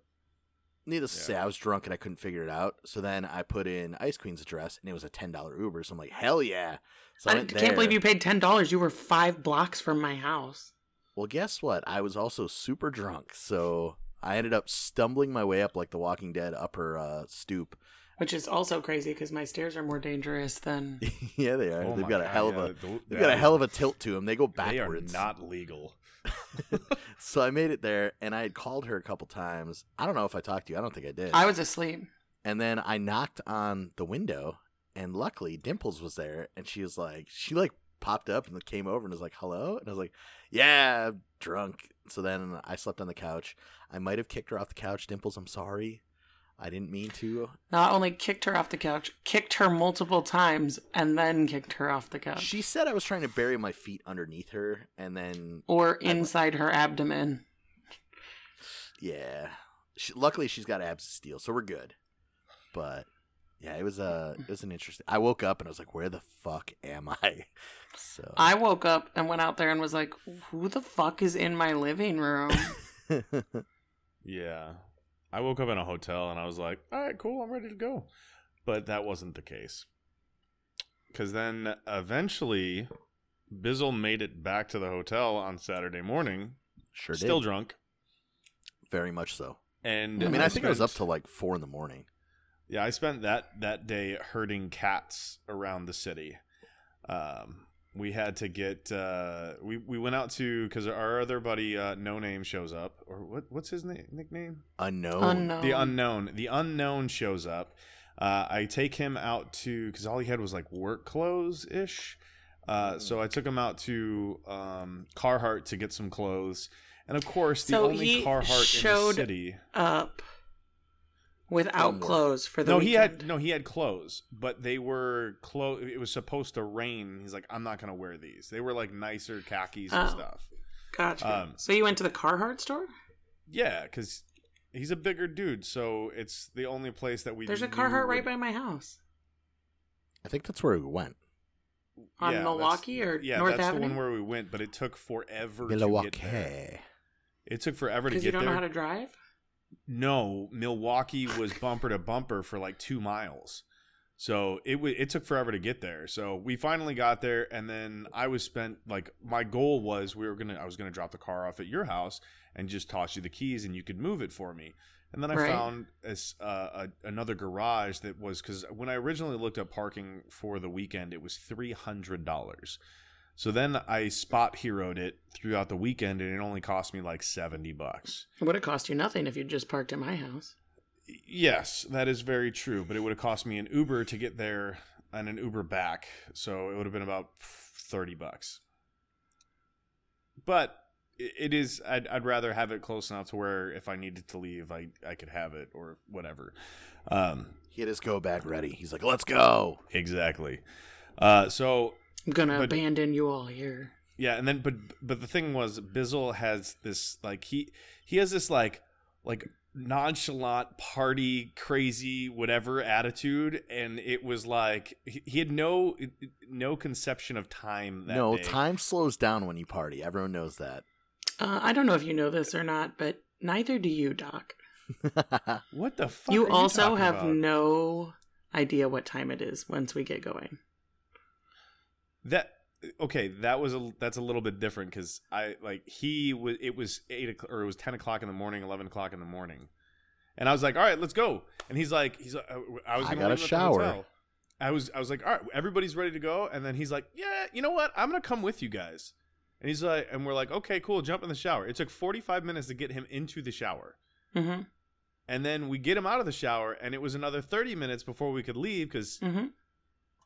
Speaker 2: needless to
Speaker 1: Yeah.
Speaker 2: say, I was drunk and I couldn't figure it out. So then I put in Ice Queen's address, and it was a ten dollar Uber. So I'm like, hell yeah! So
Speaker 3: I,
Speaker 2: went
Speaker 3: can't believe
Speaker 2: there.
Speaker 3: you paid ten dollars. You were five blocks from my house.
Speaker 2: Well, guess what? I was also super drunk, so I ended up stumbling my way up like The Walking Dead up her uh, stoop.
Speaker 3: Which is also crazy because my stairs are more dangerous than
Speaker 2: yeah, they are.
Speaker 1: oh
Speaker 2: they've
Speaker 1: my
Speaker 2: got a
Speaker 1: God,
Speaker 2: hell of
Speaker 1: yeah,
Speaker 2: a
Speaker 1: th- that
Speaker 2: they've got a
Speaker 1: is-
Speaker 2: hell of a tilt to them. They go
Speaker 1: They are
Speaker 2: backwards.
Speaker 1: not legal.
Speaker 2: so I made it there, and I had called her a couple times. I don't know if I talked to you. I don't think I did.
Speaker 3: I was asleep.
Speaker 2: And then I knocked on the window, and luckily Dimples was there, and she was like, she like popped up and came over and was like, "Hello," and I was like, "Yeah, I'm drunk." So then I slept on the couch. I might have kicked her off the couch, Dimples. I'm sorry, I didn't mean to.
Speaker 3: Not only kicked her off the couch, kicked her multiple times, and then kicked her off the couch.
Speaker 2: She said I was trying to bury my feet underneath her, and then
Speaker 3: or inside her abdomen.
Speaker 2: yeah, she, luckily she's got abs to steal, so we're good. But yeah, it was uh, it was an interesting. I woke up and I was like, "Where the fuck am I?" So
Speaker 3: I woke up and went out there and was like, who the fuck is in my living room?
Speaker 1: Yeah, I woke up in a hotel and I was like, all right, cool, I'm ready to go, but that wasn't the case. Because then eventually, Bizzle made it back to the hotel on Saturday morning,
Speaker 2: sure
Speaker 1: still
Speaker 2: did.
Speaker 1: drunk,
Speaker 2: Very much so.
Speaker 1: and
Speaker 2: I mean, I think I was up
Speaker 1: spent-
Speaker 2: till like four in the morning.
Speaker 1: Yeah, I spent that that day herding cats around the city. Um, we had to get uh, we we went out to because our other buddy uh, No Name shows up or what what's his name nickname
Speaker 2: Unknown.
Speaker 3: Unknown.
Speaker 1: Oh, the
Speaker 2: Um,
Speaker 1: unknown the unknown shows up. Uh, I take him out to because all he had was like work clothes ish.
Speaker 2: Mm-hmm.
Speaker 1: Uh, so I took him out to um, Carhartt to get some clothes, and of course the
Speaker 3: So
Speaker 1: only
Speaker 3: he
Speaker 1: Carhartt in
Speaker 3: showed
Speaker 1: the city.
Speaker 3: Up. Without
Speaker 2: One more.
Speaker 3: clothes for the
Speaker 1: no, he
Speaker 3: weekend.
Speaker 1: had no, he had clothes, but they were clo It was supposed to rain. He's like, I'm not gonna wear these. They were like nicer khakis and
Speaker 3: Oh.
Speaker 1: stuff.
Speaker 3: Gotcha.
Speaker 1: um,
Speaker 3: so you went to the Carhartt store?
Speaker 1: Yeah, because he's a bigger dude, so it's the only place that we.
Speaker 3: There's a
Speaker 1: knew
Speaker 3: Carhartt
Speaker 1: would-
Speaker 3: right by my house.
Speaker 2: I think that's where we went.
Speaker 3: on
Speaker 1: that's-
Speaker 3: Milwaukee or
Speaker 1: yeah,
Speaker 3: North
Speaker 1: that's the one
Speaker 3: Avenue?
Speaker 1: where we went, but it took forever. To get there.
Speaker 2: Milwaukee.
Speaker 1: It took forever to
Speaker 3: Because
Speaker 1: get
Speaker 3: you don't
Speaker 1: there.
Speaker 3: know how to drive?
Speaker 1: No, Milwaukee was bumper to bumper for like two miles. So it w- it took forever to get there. So we finally got there, and then I was spent like my goal was we were gonna I was gonna drop the car off at your house and just toss you the keys and you could move it for me. And then I
Speaker 3: Right.
Speaker 1: found as uh, a, another garage that was because when I originally looked up parking for the weekend, it was three hundred dollars. So then I spot heroed it throughout the weekend, and it only cost me like seventy bucks.
Speaker 3: It would have cost you nothing if you just parked at my house.
Speaker 1: Yes, that is very true, but it would have cost me an Uber to get there and an Uber back, so it would have been about 30 bucks. But i- it is I'd, I'd rather have it close enough to where if I needed to leave, I I could have it or whatever. Um
Speaker 2: He had his go bag ready. He's like, let's go.
Speaker 1: exactly. Uh so
Speaker 3: I'm gonna
Speaker 1: But-
Speaker 3: abandon you all here.
Speaker 1: Yeah, and then but but the thing was Bizzle has this like he he has this like like nonchalant party crazy whatever attitude and it was like he, he had no no conception of time that
Speaker 2: No,
Speaker 1: day.
Speaker 2: time slows down when you party. Everyone knows that.
Speaker 3: Uh, I don't know if you know this or not, but neither do you, Doc.
Speaker 1: What the fuck?
Speaker 3: you
Speaker 1: are
Speaker 3: also
Speaker 1: talking
Speaker 3: have
Speaker 1: about?
Speaker 3: no idea what time it is once we get going.
Speaker 1: that. Okay, that was a that's a little bit different because I like he was it was eight o'clock or it was ten o'clock in the morning, eleven o'clock in the morning, and I was like, all right, let's go. And he's like, he's like, "Oh, I was
Speaker 2: I
Speaker 1: gonna leave him
Speaker 2: got a
Speaker 1: at the
Speaker 2: shower.
Speaker 1: hotel. I was I was like, all right, everybody's ready to go, and then he's like, yeah, you know what? I'm gonna come with you guys. And he's like, and we're like, okay, cool, jump in the shower. It took 45 minutes to get him into the shower.
Speaker 3: hmm
Speaker 1: And then we get him out of the shower, and it was another 30 minutes before we could leave because
Speaker 3: hmm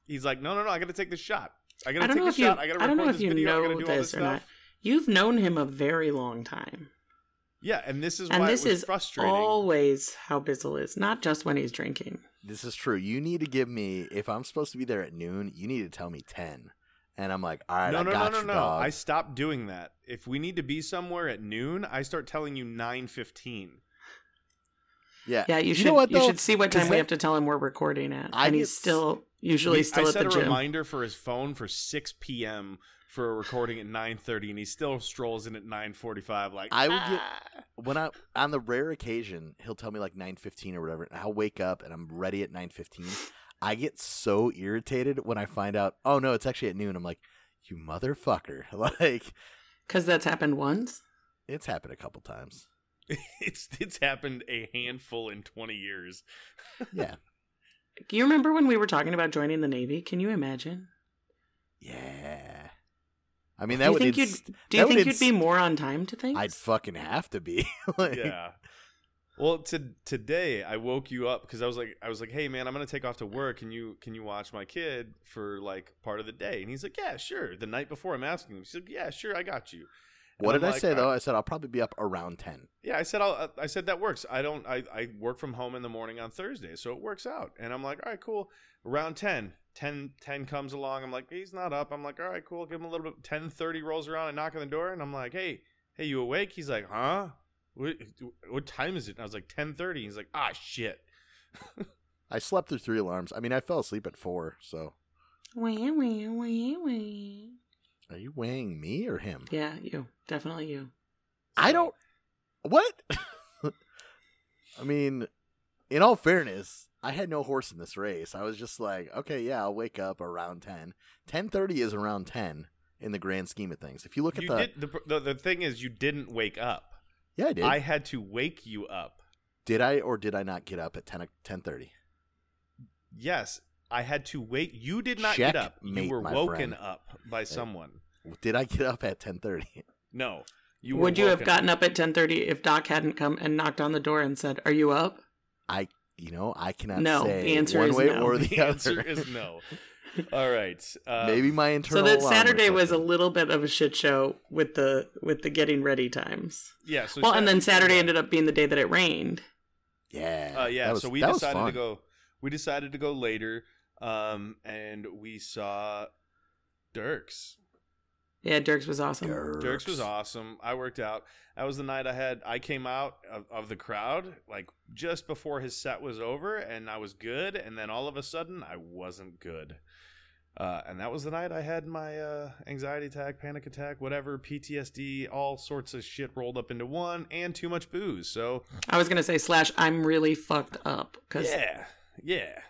Speaker 1: he's like, no, no, no, I got to take this shot. I got to
Speaker 3: I
Speaker 1: take
Speaker 3: don't know
Speaker 1: this
Speaker 3: if you-
Speaker 1: shot. I got to
Speaker 3: I
Speaker 1: record
Speaker 3: don't know
Speaker 1: this
Speaker 3: if you
Speaker 1: video. I got
Speaker 3: know
Speaker 1: to do all this
Speaker 3: this or not.
Speaker 1: stuff.
Speaker 3: You've known him a very long time.
Speaker 1: Yeah, and this is
Speaker 3: and
Speaker 1: why
Speaker 3: this
Speaker 1: it was
Speaker 3: is
Speaker 1: frustrating.
Speaker 3: always how Bizzle is, not just when he's drinking.
Speaker 2: This is true. You need to give me if I'm supposed to be there at noon. You need to tell me ten, and I'm like, all right,
Speaker 1: no,
Speaker 2: I
Speaker 1: no, no,
Speaker 2: got
Speaker 1: no,
Speaker 2: you,
Speaker 1: no.
Speaker 2: dog.
Speaker 1: I stopped doing that. If we need to be somewhere at noon, I start telling you 9:15.
Speaker 2: yeah,
Speaker 3: Yeah, you, should
Speaker 2: Uh, know what,
Speaker 3: you
Speaker 2: though?
Speaker 3: should see what
Speaker 2: Does
Speaker 3: time we
Speaker 2: that-
Speaker 3: have to tell him we're recording at.
Speaker 2: I
Speaker 3: and
Speaker 2: get
Speaker 3: he's
Speaker 2: s-
Speaker 3: still usually
Speaker 1: He-
Speaker 3: still
Speaker 1: I
Speaker 3: at
Speaker 1: set
Speaker 3: the
Speaker 1: a
Speaker 3: gym.
Speaker 1: reminder for his phone for 6 p.m. for a recording at 9:30, and he still strolls in at 9:45. Like
Speaker 2: I would get
Speaker 1: "Ah."
Speaker 2: when I on the rare occasion he'll tell me like nine fifteen or whatever, and I'll wake up and I'm ready at nine fifteen. I get so irritated when I find out, oh no, it's actually at noon. I'm like, you motherfucker! Like
Speaker 3: Because that's happened once.
Speaker 2: it's happened a couple times.
Speaker 1: it's it's happened a handful in 20 years.
Speaker 2: Yeah,
Speaker 3: Do you remember when we were talking about joining the Navy? Can you imagine?
Speaker 2: yeah. I mean, that
Speaker 3: do you
Speaker 2: would
Speaker 3: think
Speaker 2: ins-
Speaker 3: you'd do
Speaker 2: that
Speaker 3: you
Speaker 2: would
Speaker 3: think you'd
Speaker 2: ins-
Speaker 3: be more on time to things?
Speaker 2: I'd fucking have to be. like,
Speaker 1: yeah. Well, to, today I woke you up because I was like, I was like, hey man, I'm gonna take off to work. Can you can you watch my kid for like part of the day? And he's like, yeah, sure. The night before, I'm asking him. He's like, yeah, sure, I got you.
Speaker 2: What
Speaker 1: And
Speaker 2: did
Speaker 1: I'm
Speaker 2: I
Speaker 1: like,
Speaker 2: say
Speaker 1: I-
Speaker 2: though? I said I'll probably be up around ten.
Speaker 1: Yeah, I said I'll, uh," I said that works. I don't. I, I work from home in the morning on Thursday, so it works out. And I'm like, all right, cool. Around 10, 10, 10 comes along. I'm like, he's not up. I'm like, all right, cool. Give him a little bit. Ten thirty rolls around. I knock on the door, and I'm like, hey, hey, you awake? He's like, huh? What, what time is it? And I was like, ten thirty. He's like, ah, shit.
Speaker 2: I slept through three alarms. I mean, I fell asleep at four. So,
Speaker 3: Wah, wah, wah, wah.
Speaker 2: are you weighing me or him?
Speaker 3: Yeah, you definitely you.
Speaker 2: I don't. What? I mean, in all fairness, I had no horse in this race. I was just like, okay, yeah, I'll wake up around ten. Ten thirty is around ten in the grand scheme of things. If you look at
Speaker 1: You
Speaker 2: the
Speaker 1: did the, the the thing is you didn't wake up.
Speaker 2: yeah, I did.
Speaker 1: I had to wake you up.
Speaker 2: Did I or did I not get up at ten ten thirty?
Speaker 1: Yes, I had to wait. You did not get up. You
Speaker 2: Checkmate,
Speaker 1: were
Speaker 2: my
Speaker 1: woken
Speaker 2: friend.
Speaker 1: up by someone.
Speaker 2: Did I get up at ten thirty?
Speaker 1: No. You were
Speaker 3: Would you have
Speaker 1: woken
Speaker 3: gotten up at ten thirty if Doc hadn't come and knocked on the door and said, "Are you up?"
Speaker 2: I, you know, I cannot
Speaker 3: No,
Speaker 2: say
Speaker 3: the answer
Speaker 2: one
Speaker 3: is
Speaker 2: way
Speaker 3: no.
Speaker 2: or the,
Speaker 1: The answer
Speaker 2: other.
Speaker 1: is no. All right. Uh,
Speaker 2: Maybe my
Speaker 3: So
Speaker 2: internal.
Speaker 3: that
Speaker 2: alarm
Speaker 3: Saturday was a
Speaker 2: kicking.
Speaker 3: little bit of a shit show with the with the getting ready times.
Speaker 1: Yeah. So
Speaker 3: Well, and then Saturday
Speaker 1: yeah.
Speaker 3: ended up being the day that it rained.
Speaker 2: Yeah.
Speaker 1: Uh, yeah.
Speaker 2: that was-
Speaker 1: so we
Speaker 2: that was
Speaker 1: decided to
Speaker 2: fun.
Speaker 1: go. We decided to go later, um, and we saw Dirks.
Speaker 3: Yeah, Dirks was awesome.
Speaker 1: Dirks was awesome. I worked out. That was the night I had. I came out of, of the crowd like just before his set was over, and I was good. And then all of a sudden, I wasn't good. Uh, and that was the night I had my uh, anxiety attack, panic attack, whatever, PTSD, all sorts of shit rolled up into one, and too much booze. So
Speaker 3: I was gonna say slash I'm really fucked up because
Speaker 1: yeah, yeah.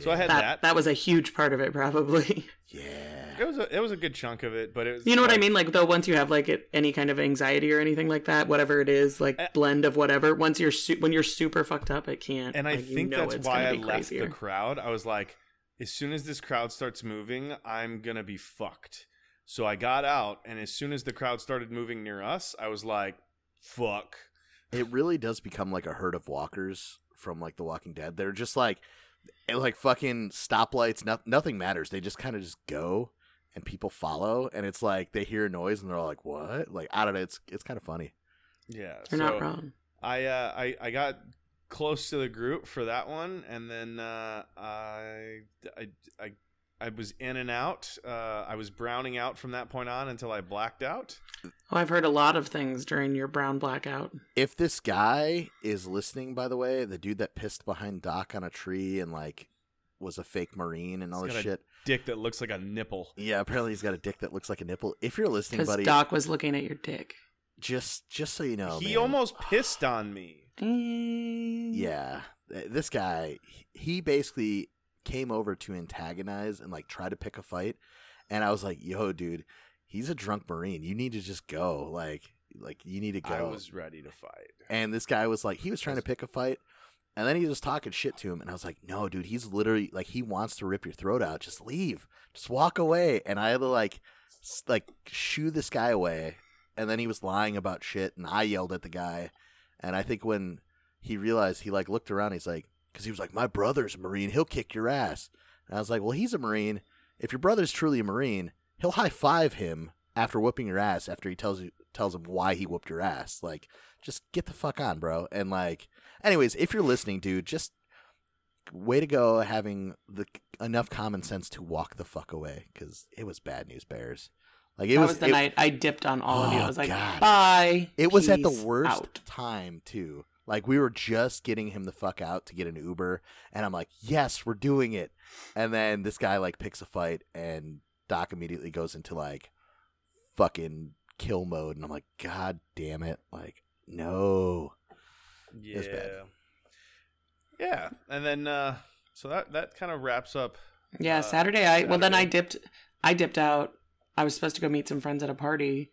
Speaker 1: So I had
Speaker 3: that,
Speaker 1: that.
Speaker 3: that was a huge part of it probably.
Speaker 2: Yeah.
Speaker 1: It was a it was a good chunk of it, but it was
Speaker 3: you know what I
Speaker 1: like-
Speaker 3: mean? Like though, once you have like it, any kind of anxiety or anything like that, whatever it is, like
Speaker 1: Uh,
Speaker 3: blend of whatever. Once you're su- when you're super fucked up, it can't.
Speaker 1: And I
Speaker 3: like, you
Speaker 1: think
Speaker 3: know
Speaker 1: that's
Speaker 3: it's
Speaker 1: why
Speaker 3: gonna
Speaker 1: I
Speaker 3: be
Speaker 1: left
Speaker 3: crazier.
Speaker 1: the crowd. I was like, as soon as this crowd starts moving, I'm gonna be fucked. So I got out, and as soon as the crowd started moving near us, I was like, fuck.
Speaker 2: It really does become like a herd of walkers from like The Walking Dead. They're just like, eh, like fucking stoplights. No- nothing matters. They just kind of just go, and people follow. And it's like they hear a noise and they're all like, "What?" Like I don't know. It's it's kind of funny.
Speaker 1: Yeah, so-
Speaker 3: You're not wrong.
Speaker 1: I uh, I I got close to the group for that one, and then uh, I I I I was in and out. Uh, I was browning out from that point on until I blacked out.
Speaker 3: Oh, I've heard a lot of things during your brown blackout.
Speaker 2: If this guy is listening, by the way, the dude that pissed behind Doc on a tree and like was a fake marine and all
Speaker 1: He's
Speaker 2: this
Speaker 1: got
Speaker 2: shit.
Speaker 1: Dick that looks like a nipple.
Speaker 2: Yeah, apparently he's got a dick that looks like a nipple. If you're listening,
Speaker 3: Because
Speaker 2: buddy,
Speaker 3: Doc was looking at your dick.
Speaker 2: just just so you know,
Speaker 1: he
Speaker 2: man,
Speaker 1: almost pissed on me.
Speaker 3: Mm.
Speaker 2: yeah th- this guy he basically came over to antagonize and like try to pick a fight and i was like yo dude he's a drunk marine you need to just go like like you need to go
Speaker 1: I was ready to fight.
Speaker 2: and this guy was like he was trying to pick a fight and then he was talking shit to him and i was like no dude he's literally like he wants to rip your throat out just leave just walk away and i had to like s- like shoo this guy away and then he was lying about shit and i yelled at the guy and i think when he realized he like looked around he's like because he was like my brother's a marine he'll kick your ass and i was like well he's a marine if your brother's truly a marine he'll high five him after whooping your ass after he tells you tells him why he whooped your ass like just get the fuck on, bro. And like, anyways, if you're listening, dude, just way to go having the enough common sense to walk the fuck away because it was bad news bears. Like it
Speaker 3: that was,
Speaker 2: was,
Speaker 3: the
Speaker 2: it,
Speaker 3: night I dipped on all of you.
Speaker 2: Oh,
Speaker 3: I was like,
Speaker 2: God.
Speaker 3: bye.
Speaker 2: It was at the
Speaker 3: peace
Speaker 2: worst
Speaker 3: out."
Speaker 2: time too. Like we were just getting him the fuck out to get an Uber, and I'm like, yes, we're doing it. And then this guy like picks a fight, and Doc immediately goes into like fucking kill mode, and I'm like, god damn it, like no.
Speaker 1: Yeah.
Speaker 2: was bad.
Speaker 1: Yeah. And then uh so that that kind of wraps up
Speaker 3: Yeah,
Speaker 1: Uh,
Speaker 3: Saturday. I well then I
Speaker 1: Saturday.
Speaker 3: dipped. I dipped out. I was supposed to go meet some friends at a party,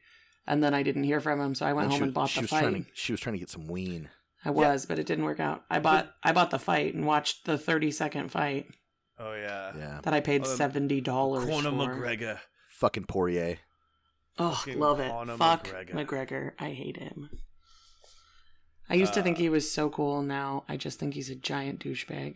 Speaker 3: and then I didn't hear from him, so I went
Speaker 2: And
Speaker 3: home
Speaker 2: she,
Speaker 3: and bought
Speaker 2: she
Speaker 3: the
Speaker 2: was
Speaker 3: fight.
Speaker 2: Trying to, she was trying to get some ween.
Speaker 3: I was, but it didn't work out. I bought I bought the fight and watched the thirty second fight
Speaker 1: Oh yeah.
Speaker 2: Yeah.
Speaker 3: that I paid
Speaker 1: Um,
Speaker 3: seventy dollars for.
Speaker 1: Conor McGregor.
Speaker 2: Fucking Poirier.
Speaker 3: Oh,
Speaker 1: Fucking
Speaker 3: love it.
Speaker 1: Conor
Speaker 3: Fuck
Speaker 1: McGregor.
Speaker 3: McGregor. I hate him. I used to think
Speaker 1: Uh,
Speaker 3: he was so cool. Now I just think he's a giant douchebag.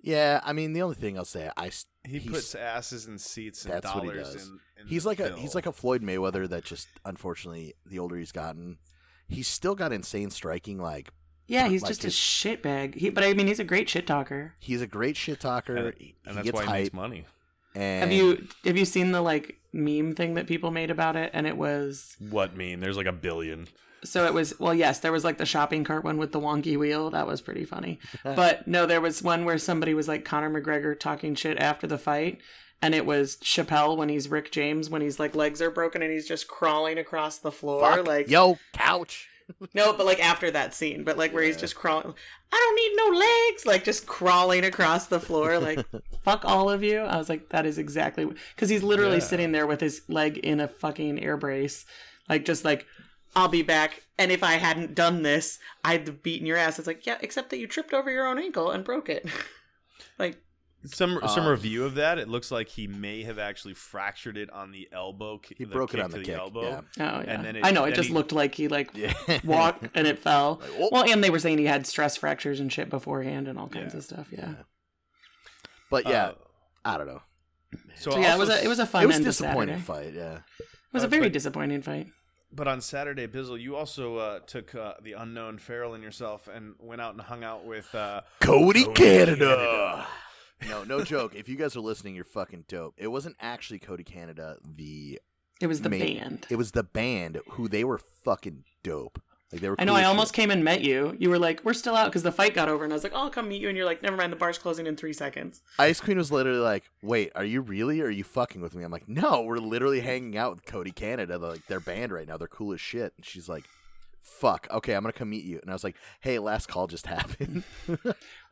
Speaker 2: Yeah, I mean the only thing I'll say, I s-
Speaker 1: He
Speaker 2: He's-
Speaker 1: puts asses in seats and
Speaker 2: That's what he
Speaker 1: dollars
Speaker 2: does.
Speaker 1: in, in
Speaker 2: he's
Speaker 1: the
Speaker 2: like a
Speaker 1: bill.
Speaker 2: he's like a Floyd Mayweather that just unfortunately the older he's gotten, he's still got insane striking. Like
Speaker 3: Yeah, he's
Speaker 2: Like
Speaker 3: just
Speaker 2: his-
Speaker 3: a shitbag. He, but I mean, he's a great shit talker.
Speaker 2: he's a great shit talker.
Speaker 1: And-
Speaker 2: he
Speaker 1: and
Speaker 2: he
Speaker 1: that's
Speaker 2: gets
Speaker 1: why he
Speaker 2: hype.
Speaker 1: makes money.
Speaker 2: And
Speaker 3: Have you have you seen the like meme thing that people made about it? And it was
Speaker 1: What mean? There's like a billion.
Speaker 3: so it was well, yes, there was like the shopping cart one with the wonky wheel. That was pretty funny. but no, there was one where somebody was like Conor McGregor talking shit after the fight, and it was Chappelle when he's Rick James when he's like legs are broken and he's just crawling across the floor
Speaker 2: fuck,
Speaker 3: like
Speaker 2: yo couch?
Speaker 3: no, but like after that scene, but like where he's
Speaker 2: Yeah.
Speaker 3: just crawling. I don't need no legs, like just crawling across the floor, like fuck all of you. I was like, that is exactly because he's literally
Speaker 1: Yeah.
Speaker 3: sitting there with his leg in a fucking air brace, like just like I'll be back. And if I hadn't done this, I'd have beaten your ass. It's like yeah, except that you tripped over your own ankle and broke it. like
Speaker 1: Some some
Speaker 2: Um,
Speaker 1: review of that. It looks like he may have actually fractured it on the elbow. ki-
Speaker 2: He
Speaker 1: the
Speaker 2: broke it
Speaker 1: kick
Speaker 2: on the
Speaker 1: to
Speaker 2: kick.
Speaker 1: elbow.
Speaker 3: oh yeah,
Speaker 1: then it-
Speaker 3: I know it
Speaker 1: then
Speaker 3: just
Speaker 1: he-
Speaker 3: looked like he like
Speaker 2: Yeah.
Speaker 3: walked and it fell.
Speaker 2: Like, oh.
Speaker 3: Well, and they were saying he had stress fractures and shit beforehand and all kinds
Speaker 1: Yeah.
Speaker 3: of stuff. Yeah.
Speaker 2: Yeah. But yeah,
Speaker 1: Uh,
Speaker 2: I don't know.
Speaker 1: so
Speaker 3: So
Speaker 1: also
Speaker 3: yeah, it was a it was a fun
Speaker 2: it was
Speaker 3: end
Speaker 2: a
Speaker 3: of Saturday.
Speaker 2: disappointing fight. Yeah.
Speaker 3: It was a
Speaker 1: Uh,
Speaker 3: very
Speaker 1: but-
Speaker 3: disappointing fight.
Speaker 1: But on Saturday, Bizzle, you also uh, took uh, the unknown Farrell and yourself and went out and hung out with. Uh,
Speaker 2: Cody,
Speaker 1: Cody
Speaker 2: Canada.
Speaker 1: Canada.
Speaker 2: no, no joke. If you guys are listening, you're fucking dope. It wasn't actually Cody Canada, the
Speaker 3: It was the
Speaker 2: Mate,
Speaker 3: band.
Speaker 2: It was the band who they were fucking dope. Like they were.
Speaker 3: I know.
Speaker 2: cool
Speaker 3: I
Speaker 2: as
Speaker 3: almost
Speaker 2: shit.
Speaker 3: came and met you. You were like, "We're still out" because the fight got over, and I was like, "I'll come meet you." And you're like, "Never mind, the bar's closing in three seconds."
Speaker 2: Ice Queen was literally like, "Wait, are you really? Or are you fucking with me?" I'm like, "No, we're literally hanging out with Cody Canada, They're, like their band right now. They're cool as shit." And she's like, "Fuck, okay, I'm gonna come meet you." And I was like, "Hey, last call just happened."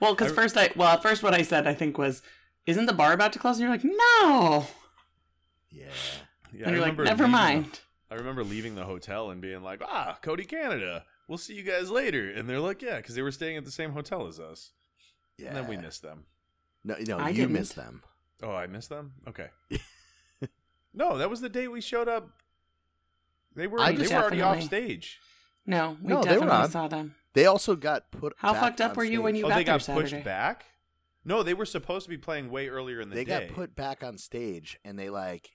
Speaker 3: Well, because
Speaker 1: I-
Speaker 3: first I well at first what I said I think was, "Isn't the bar about to close?" And you're like, "No,"
Speaker 2: yeah,
Speaker 1: yeah, I
Speaker 3: and you're like,
Speaker 1: remember
Speaker 3: "Never
Speaker 1: leaving the-
Speaker 3: mind."
Speaker 1: I remember leaving the hotel and being like, "Ah, Cody Canada, we'll see you guys later." And they're like, "Yeah," because they were staying at the same hotel as us.
Speaker 2: yeah.
Speaker 1: And then we missed them.
Speaker 2: No, no,
Speaker 3: I
Speaker 2: you
Speaker 3: didn't.
Speaker 2: missed them.
Speaker 1: Oh, I missed them. Okay. no, that was the day we showed up. They were
Speaker 2: I
Speaker 1: they
Speaker 3: just-
Speaker 1: were already off
Speaker 3: Definitely.
Speaker 1: stage.
Speaker 3: No, we
Speaker 2: No, they were
Speaker 3: definitely
Speaker 2: on.
Speaker 3: saw them.
Speaker 2: They also got put.
Speaker 3: How
Speaker 2: back
Speaker 3: fucked up
Speaker 2: on
Speaker 3: were you when
Speaker 2: stage.
Speaker 3: you
Speaker 1: oh,
Speaker 3: got
Speaker 1: they
Speaker 3: there
Speaker 1: got pushed
Speaker 3: Saturday.
Speaker 1: back. No, they were supposed to be playing way earlier in the
Speaker 2: they
Speaker 1: day.
Speaker 2: got put back on stage and they like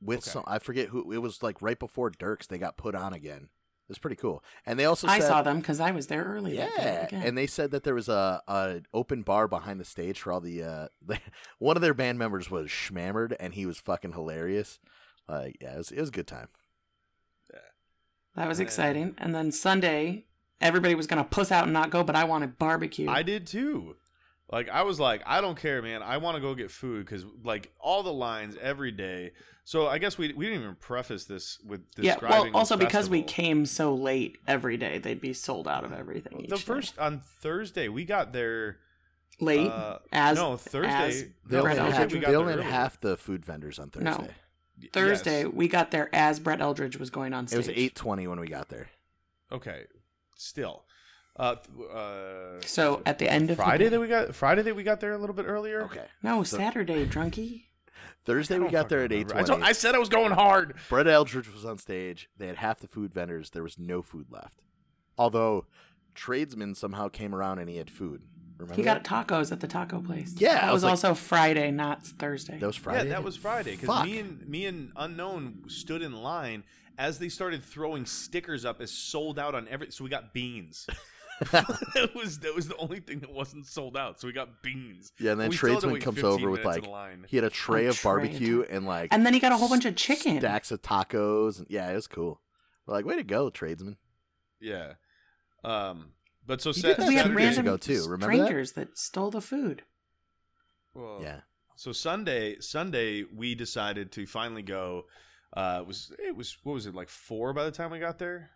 Speaker 2: with
Speaker 1: Okay.
Speaker 2: some I forget who it was like right before Dirks they got put on again. It was pretty cool. And they also
Speaker 3: I
Speaker 2: said,
Speaker 3: saw them because I was there early. that day
Speaker 2: Yeah,
Speaker 3: again.
Speaker 2: and they said that there was a, a open bar behind the stage for all the uh one of their band members was schmammered and he was fucking hilarious. Like yeah, it was, it was a good time.
Speaker 3: that was
Speaker 1: Yeah.
Speaker 3: exciting. And then Sunday, everybody was gonna puss out and not go, but I wanted barbecue.
Speaker 1: I did too. Like I was like, I don't care, man. I want to go get food because like all the lines every day. So I guess we we didn't even preface this with
Speaker 3: yeah.
Speaker 1: describing.
Speaker 3: Well,
Speaker 1: the
Speaker 3: also because we
Speaker 1: festival.
Speaker 3: came so late every day, they'd be sold out of everything.
Speaker 1: the
Speaker 3: each day.
Speaker 1: first on Thursday we got there
Speaker 3: late
Speaker 1: uh,
Speaker 3: as
Speaker 1: no
Speaker 3: as
Speaker 1: Thursday.
Speaker 2: They
Speaker 1: no,
Speaker 2: only
Speaker 3: Brett
Speaker 1: Thursday
Speaker 2: had,
Speaker 3: Eldridge.
Speaker 1: we
Speaker 2: they
Speaker 1: got
Speaker 2: only
Speaker 1: there
Speaker 2: had
Speaker 1: early.
Speaker 2: half the food vendors on Thursday.
Speaker 3: No.
Speaker 1: Y-
Speaker 3: Thursday,
Speaker 1: yes.
Speaker 3: we got there as Brett Eldridge was going on
Speaker 2: It
Speaker 3: stage.
Speaker 2: was eight twenty when we got there.
Speaker 1: Okay, still. Uh, th- uh,
Speaker 3: So at the end of
Speaker 1: Friday
Speaker 3: the
Speaker 1: that we got Friday that we got there a little bit earlier.
Speaker 2: Okay.
Speaker 3: no
Speaker 2: So-
Speaker 3: Saturday, drunkie.
Speaker 2: Thursday
Speaker 1: I
Speaker 2: we
Speaker 1: don't
Speaker 2: got there at
Speaker 1: fucking
Speaker 2: eight
Speaker 1: remember. I, told- I
Speaker 2: twenty.
Speaker 1: said I was going hard.
Speaker 2: Brett Eldridge was on stage. They had half the food vendors. There was no food left. Although tradesman somehow came around and he had food. Remember?
Speaker 3: He
Speaker 2: that?
Speaker 3: got tacos at the taco place.
Speaker 2: Yeah, I
Speaker 3: that
Speaker 2: was
Speaker 3: was,
Speaker 2: like-
Speaker 3: also Friday, not Thursday.
Speaker 2: that was Friday.
Speaker 1: Yeah, that was Friday because
Speaker 2: Fuck.
Speaker 1: me and me and unknown stood in line as they started throwing stickers up as sold out on every. So we got beans. that was that was the only thing that wasn't sold out. So we got beans.
Speaker 2: Yeah, and then
Speaker 1: We still had to
Speaker 2: tradesman
Speaker 1: wait
Speaker 2: comes
Speaker 1: 15
Speaker 2: over with
Speaker 1: minutes in
Speaker 2: like
Speaker 1: line.
Speaker 2: he had a tray
Speaker 3: A
Speaker 2: of
Speaker 3: tray of
Speaker 2: barbecue and like
Speaker 3: and then he got a whole bunch of chicken.
Speaker 2: stacks of tacos. And, yeah, it was cool. We're like, way to go, tradesman.
Speaker 1: yeah. Um. But so
Speaker 2: You
Speaker 1: sa-
Speaker 2: did that
Speaker 3: we had
Speaker 2: Saturday-
Speaker 3: random
Speaker 2: ago, too. Remember that?
Speaker 3: strangers that? stole the food.
Speaker 1: Well,
Speaker 2: Yeah,
Speaker 1: So Sunday, Sunday, we decided to finally go. Uh, it was it was what was it like four by the time we got there?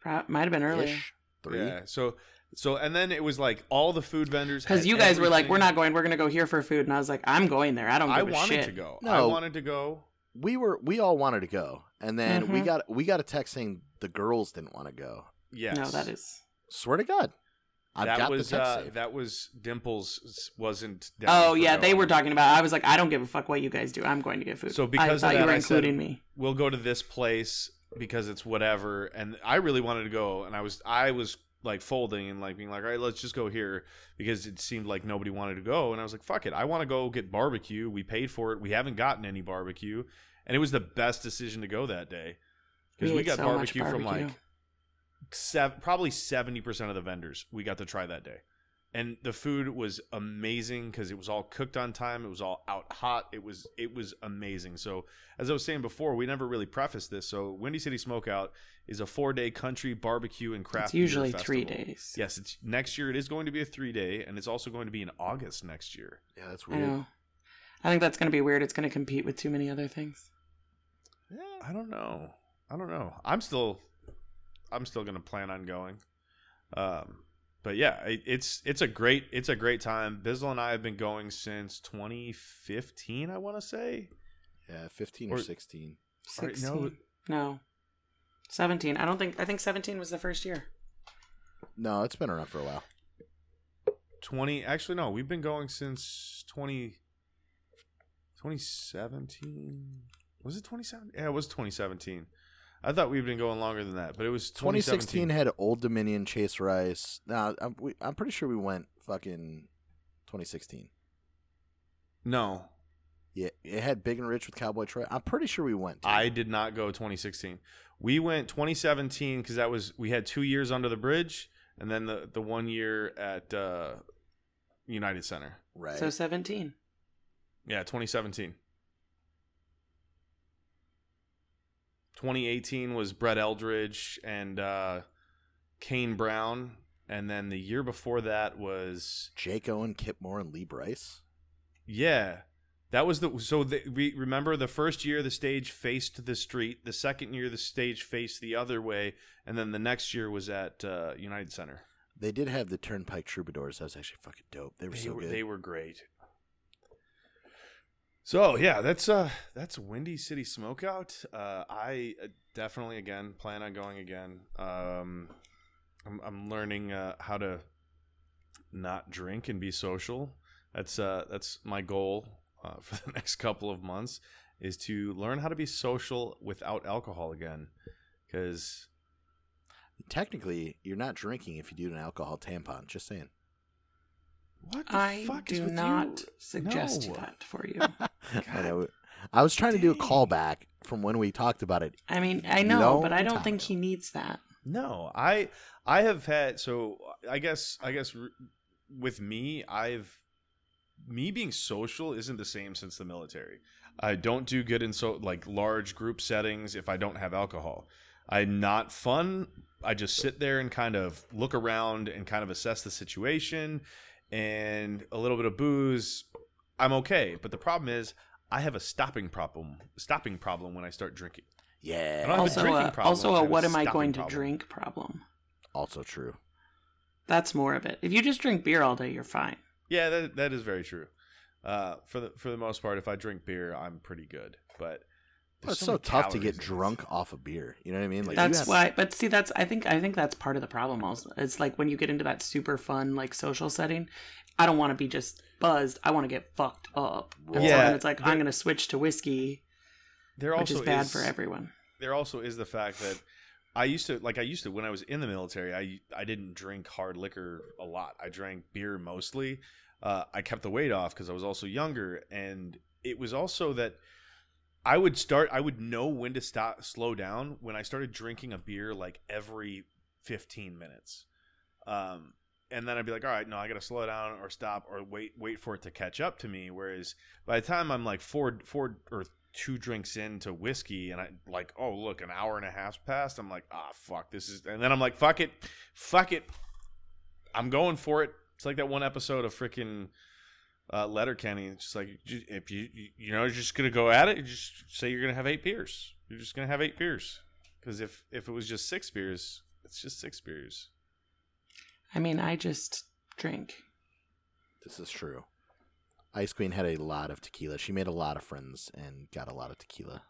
Speaker 3: Pro- Might have been earlier
Speaker 2: Ish. three.
Speaker 1: Yeah. So so and then it was like all the food vendors
Speaker 3: because
Speaker 1: had
Speaker 3: you guys were like,
Speaker 1: everything.
Speaker 3: "We're not going. We're going to go here for food," and I was like, "I'm going there. I don't give
Speaker 1: I
Speaker 3: a
Speaker 1: wanted
Speaker 3: shit."
Speaker 1: to go.
Speaker 2: No.
Speaker 1: I wanted to go.
Speaker 2: We were we all wanted to go, and then we
Speaker 3: Mhm.
Speaker 2: got we got a text saying the girls didn't want to go.
Speaker 1: Yes.
Speaker 3: No, that is.
Speaker 2: Swear to God, I've
Speaker 1: that
Speaker 2: got
Speaker 1: was
Speaker 2: the text
Speaker 1: uh,
Speaker 2: saved.
Speaker 1: that was Dimples s- wasn't. down
Speaker 3: Oh
Speaker 1: for
Speaker 3: yeah, they
Speaker 1: going.
Speaker 3: were talking about. I was like, I don't give a fuck what you guys do. I'm going to get food.
Speaker 1: So because of
Speaker 3: I thought you
Speaker 1: that,
Speaker 3: were
Speaker 1: I said-
Speaker 3: including me.
Speaker 1: We'll go to this place because it's whatever. And I really wanted to go, and I was I was like folding and like being like, all right, let's just go here because it seemed like nobody wanted to go, and I was like, fuck it, I want to go get barbecue. We paid for it. We haven't gotten any barbecue, and it was the best decision to go that day because
Speaker 3: We
Speaker 1: we,
Speaker 3: ate
Speaker 1: got
Speaker 3: so much
Speaker 1: barbecue from
Speaker 3: barbecue.
Speaker 1: like sev- probably 70% of the vendors we got to try that day. And the food was amazing because it was all cooked on time. It was all out hot. It was it was amazing. So as I was saying before, we never really prefaced this. So Windy City Smokeout is a four day country barbecue and craft.
Speaker 3: It's
Speaker 1: beer
Speaker 3: usually three
Speaker 1: festival.
Speaker 3: days.
Speaker 1: Yes, it's next year. It is going to be a three day, and it's also going to be in August next year.
Speaker 2: yeah, that's
Speaker 3: I
Speaker 2: weird.
Speaker 3: know. I think that's going to be weird. It's going to compete with too many other things.
Speaker 1: I don't know. I don't know. I'm still, I'm still gonna plan on going. Um, but yeah, it, it's it's a great it's a great time. Bizzle and I have been going since 2015. I want to say.
Speaker 2: Yeah, fifteen or,
Speaker 1: Or-
Speaker 2: sixteen.
Speaker 1: All right,
Speaker 3: 16.
Speaker 1: no.
Speaker 3: no. 17. I don't think I think 17 was the first year.
Speaker 2: No, it's been around for a while.
Speaker 1: 20. Actually, no. We've been going since 20. 2017 was it 2017? Yeah, it was 2017. I thought we'd been going longer than that, but it was 2017.
Speaker 2: 2016 had Old Dominion, Chase Rice. No, I'm, we, I'm pretty sure we went fucking 2016.
Speaker 1: No,
Speaker 2: Yeah, it had Big and Rich with Cowboy Troy. I'm pretty sure we went. to.
Speaker 1: I did not go 2016. We went 2017 because that was we had two years under the bridge, and then the the one year at uh, United Center.
Speaker 2: right.
Speaker 3: So 17.
Speaker 1: Yeah, 2017. 2018 was Brett Eldridge and uh, Kane Brown, and then the year before that was
Speaker 2: Jake Owen, Kip Moore, and Lee Bryce.
Speaker 1: Yeah. That was the so the, we remember the first year the stage faced the street, the second year the stage faced the other way, and then the next year was at uh, United Center.
Speaker 2: They did have the Turnpike Troubadours. That was actually fucking dope. They were so good.
Speaker 1: they were great. So yeah, that's uh that's Windy City Smokeout. Uh, I uh, definitely again plan on going again. Um, I'm, I'm learning uh, how to not drink and be social. That's uh that's my goal uh, for the next couple of months is to learn how to be social without alcohol again. Because
Speaker 2: Technically, you're not drinking if you do an alcohol tampon. Just saying.
Speaker 1: what the
Speaker 3: I
Speaker 1: fuck is
Speaker 3: do
Speaker 1: with
Speaker 3: not
Speaker 1: you?
Speaker 3: suggest
Speaker 1: No.
Speaker 3: that for you.
Speaker 2: I know. I was trying to do a callback from when we talked about it.
Speaker 3: I mean, I know,
Speaker 2: Long
Speaker 3: but I
Speaker 2: time
Speaker 3: don't think
Speaker 2: ago.
Speaker 3: he needs that.
Speaker 1: No, I I have had so I guess I guess r- with me I've me being social isn't the same since the military. I don't do good in so like large group settings if I don't have alcohol. I'm not fun. I just sit there and kind of look around and kind of assess the situation. and a little bit of booze, I'm okay. But the problem is, I have a stopping problem. Stopping problem when I start drinking. I don't
Speaker 2: Yeah.
Speaker 1: have a
Speaker 3: Also,
Speaker 1: drinking
Speaker 3: a,
Speaker 1: problem,
Speaker 3: also
Speaker 1: I
Speaker 3: a
Speaker 1: have a
Speaker 3: what am I
Speaker 1: stopping
Speaker 3: going to
Speaker 1: problem.
Speaker 3: drink problem.
Speaker 2: Also true.
Speaker 3: That's more of it. If you just drink beer all day, you're fine.
Speaker 1: Yeah, that that is very true. Uh, for the for the most part, if I drink beer, I'm pretty good. But
Speaker 2: Well,
Speaker 1: there's
Speaker 2: it's so,
Speaker 1: many
Speaker 2: tough to
Speaker 1: calories
Speaker 2: get
Speaker 1: in it.
Speaker 2: drunk off a beer. You know what I mean? Like you
Speaker 3: That's
Speaker 2: have-
Speaker 3: why. But see, that's I think I think that's part of the problem. Also, it's like when you get into that super fun like social setting. I don't want to be just buzzed. I want to get fucked up. And so
Speaker 1: Yeah.
Speaker 3: then it's like I'm gonna switch to whiskey,
Speaker 1: There
Speaker 3: which
Speaker 1: also
Speaker 3: is bad
Speaker 1: is-
Speaker 3: for everyone.
Speaker 1: There also is the fact that I used to like I used to when I was in the military. I I didn't drink hard liquor a lot. I drank beer mostly. Uh, I kept the weight off because I was also younger, and it was also that I would start. I would know when to stop, slow down when I started drinking a beer like every fifteen minutes. Um, and then I'd be like, all right, no, I got to slow down or stop or wait, wait for it to catch up to me. Whereas by the time I'm like four, four or two drinks into whiskey and I like, oh, look, an hour and a half's passed. I'm like, ah, fuck, this is, and then I'm like, fuck it, fuck it. I'm going for it. It's like that one episode of freaking uh, Letterkenny. It's just like, you- if you, you, you know, you're just going to go at it, you just say you're going to have eight beers. You're just going to have eight beers. Because if, if it was just six beers, it's just six beers.
Speaker 3: I mean, I just drink.
Speaker 2: This is true. Ice Queen had a lot of tequila. She made a lot of friends and got a lot of tequila.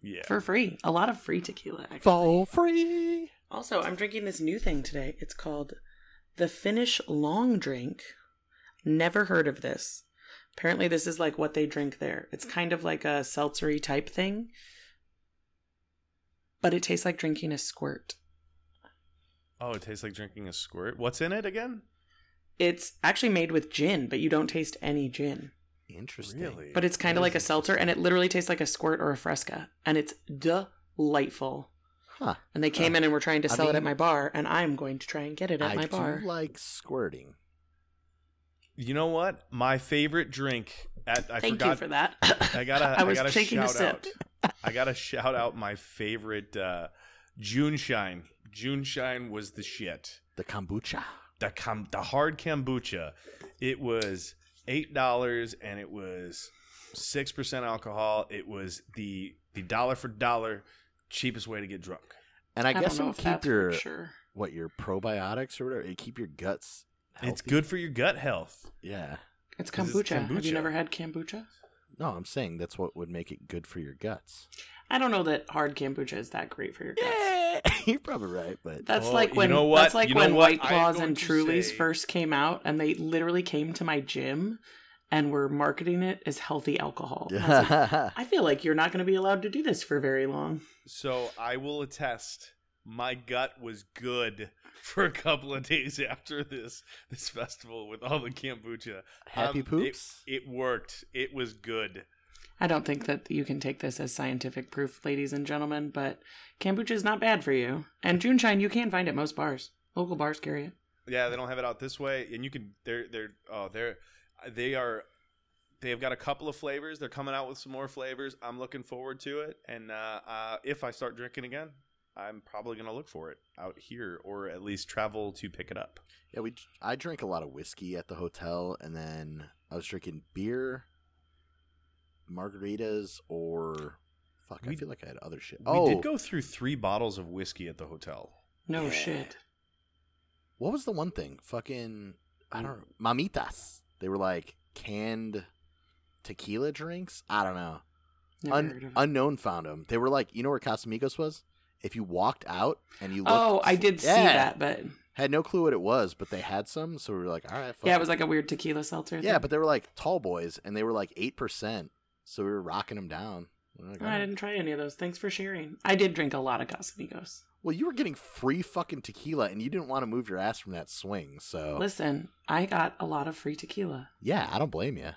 Speaker 1: Yeah.
Speaker 3: For free. A lot of free tequila, actually.
Speaker 2: For free.
Speaker 3: Also, I'm drinking this new thing today. It's called the Finnish Long Drink. Never heard of this. Apparently, this is like what they drink there. It's kind of like a seltzery type thing, but it tastes like drinking a squirt.
Speaker 1: Oh, it tastes like drinking a squirt. What's in it again?
Speaker 3: It's actually made with gin, but you don't taste any gin.
Speaker 2: Interesting.
Speaker 1: Really?
Speaker 3: But it's kind of
Speaker 1: That
Speaker 3: like a
Speaker 1: is
Speaker 3: seltzer, and it literally tastes like a squirt or a fresca, and it's delightful.
Speaker 2: Huh.
Speaker 3: And they came in and were trying to
Speaker 2: I
Speaker 3: sell it at
Speaker 2: mean-
Speaker 3: my bar, and I'm going to try and get it at
Speaker 2: I
Speaker 3: my
Speaker 2: do
Speaker 3: bar.
Speaker 2: like squirting.
Speaker 1: You know what? My favorite drink at I
Speaker 3: Thank
Speaker 1: forgot
Speaker 3: you for that.
Speaker 1: I gotta
Speaker 3: I was
Speaker 1: gotta
Speaker 3: taking a
Speaker 1: shout
Speaker 3: sip.
Speaker 1: out. I gotta shout out my favorite uh June Shine. June Shine was the shit.
Speaker 2: The kombucha.
Speaker 1: The com- the hard kombucha. It was eight dollars and it was six percent alcohol. It was the the dollar for dollar cheapest way to get drunk.
Speaker 2: And I,
Speaker 3: don't
Speaker 2: guess
Speaker 3: know
Speaker 2: it'll
Speaker 3: if that's
Speaker 2: keep
Speaker 3: for
Speaker 2: your
Speaker 3: sure.
Speaker 2: what your probiotics or whatever. It keep your guts. Healthy.
Speaker 1: It's good for your gut health.
Speaker 2: Yeah.
Speaker 3: It's
Speaker 1: 'Cause
Speaker 3: kombucha.
Speaker 1: it's
Speaker 3: Have
Speaker 1: kombucha.
Speaker 3: you never had kombucha?
Speaker 2: No, I'm saying that's what would make it good for your guts.
Speaker 3: I don't know that hard kombucha is that great for your guts.
Speaker 2: You're probably right, but
Speaker 3: That's
Speaker 1: Oh,
Speaker 3: like
Speaker 1: you
Speaker 3: when
Speaker 1: know what?
Speaker 3: that's like
Speaker 1: You know
Speaker 3: when
Speaker 1: what?
Speaker 3: White
Speaker 1: I am
Speaker 3: Claws
Speaker 1: going
Speaker 3: and
Speaker 1: to
Speaker 3: Trulies
Speaker 1: say-
Speaker 3: first came out, and they literally came to my gym and were marketing it as healthy alcohol. And I was like, I feel like you're not going to be allowed to do this for very long.
Speaker 1: So I will attest, my gut was good for a couple of days after this this festival with all the kombucha.
Speaker 2: happy
Speaker 1: Um,
Speaker 2: poops.
Speaker 1: It, it worked. It was good.
Speaker 3: I don't think that you can take this as scientific proof, ladies and gentlemen, but kombucha is not bad for you. And Juneshine, you can find at most bars. Local bars carry it.
Speaker 1: Yeah, they don't have it out this way, and you can. They're they're oh they're they are they've got a couple of flavors. They're coming out with some more flavors. I'm looking forward to it, and uh, uh, if I start drinking again. I'm probably gonna look for it out here, or at least travel to pick it up.
Speaker 2: yeah, we. I drank a lot of whiskey at the hotel, and then I was drinking beer, margaritas, or fuck. I
Speaker 1: We-
Speaker 2: feel like I had other shit.
Speaker 1: We
Speaker 2: oh,
Speaker 1: did go through three bottles of whiskey at the hotel.
Speaker 3: No
Speaker 2: Yeah.
Speaker 3: shit.
Speaker 2: what was the one thing? Fucking, I don't. Mamitas. They were like canned tequila drinks. I don't know.
Speaker 3: Never heard of
Speaker 2: Un-
Speaker 3: it.
Speaker 2: unknown found them. They were like, you know where Casamigos was? If you walked out and you looked,
Speaker 3: Oh, I did see
Speaker 2: Yeah.
Speaker 3: that, but
Speaker 2: Had no clue what it was, but they had some, so we were like, all right, fuck
Speaker 3: yeah, it was like a weird tequila seltzer.
Speaker 2: yeah,
Speaker 3: thing.
Speaker 2: but they were like tall boys, and they were like eight percent, so we were rocking them down. We were like,
Speaker 3: Oh, I
Speaker 2: "Alright."
Speaker 3: didn't try any of those. Thanks for sharing. I did drink a lot of Casamigos.
Speaker 2: Well, you were getting free fucking tequila, and you didn't want to move your ass from that swing, so
Speaker 3: Listen, I got a lot of free tequila.
Speaker 2: yeah, I don't blame you.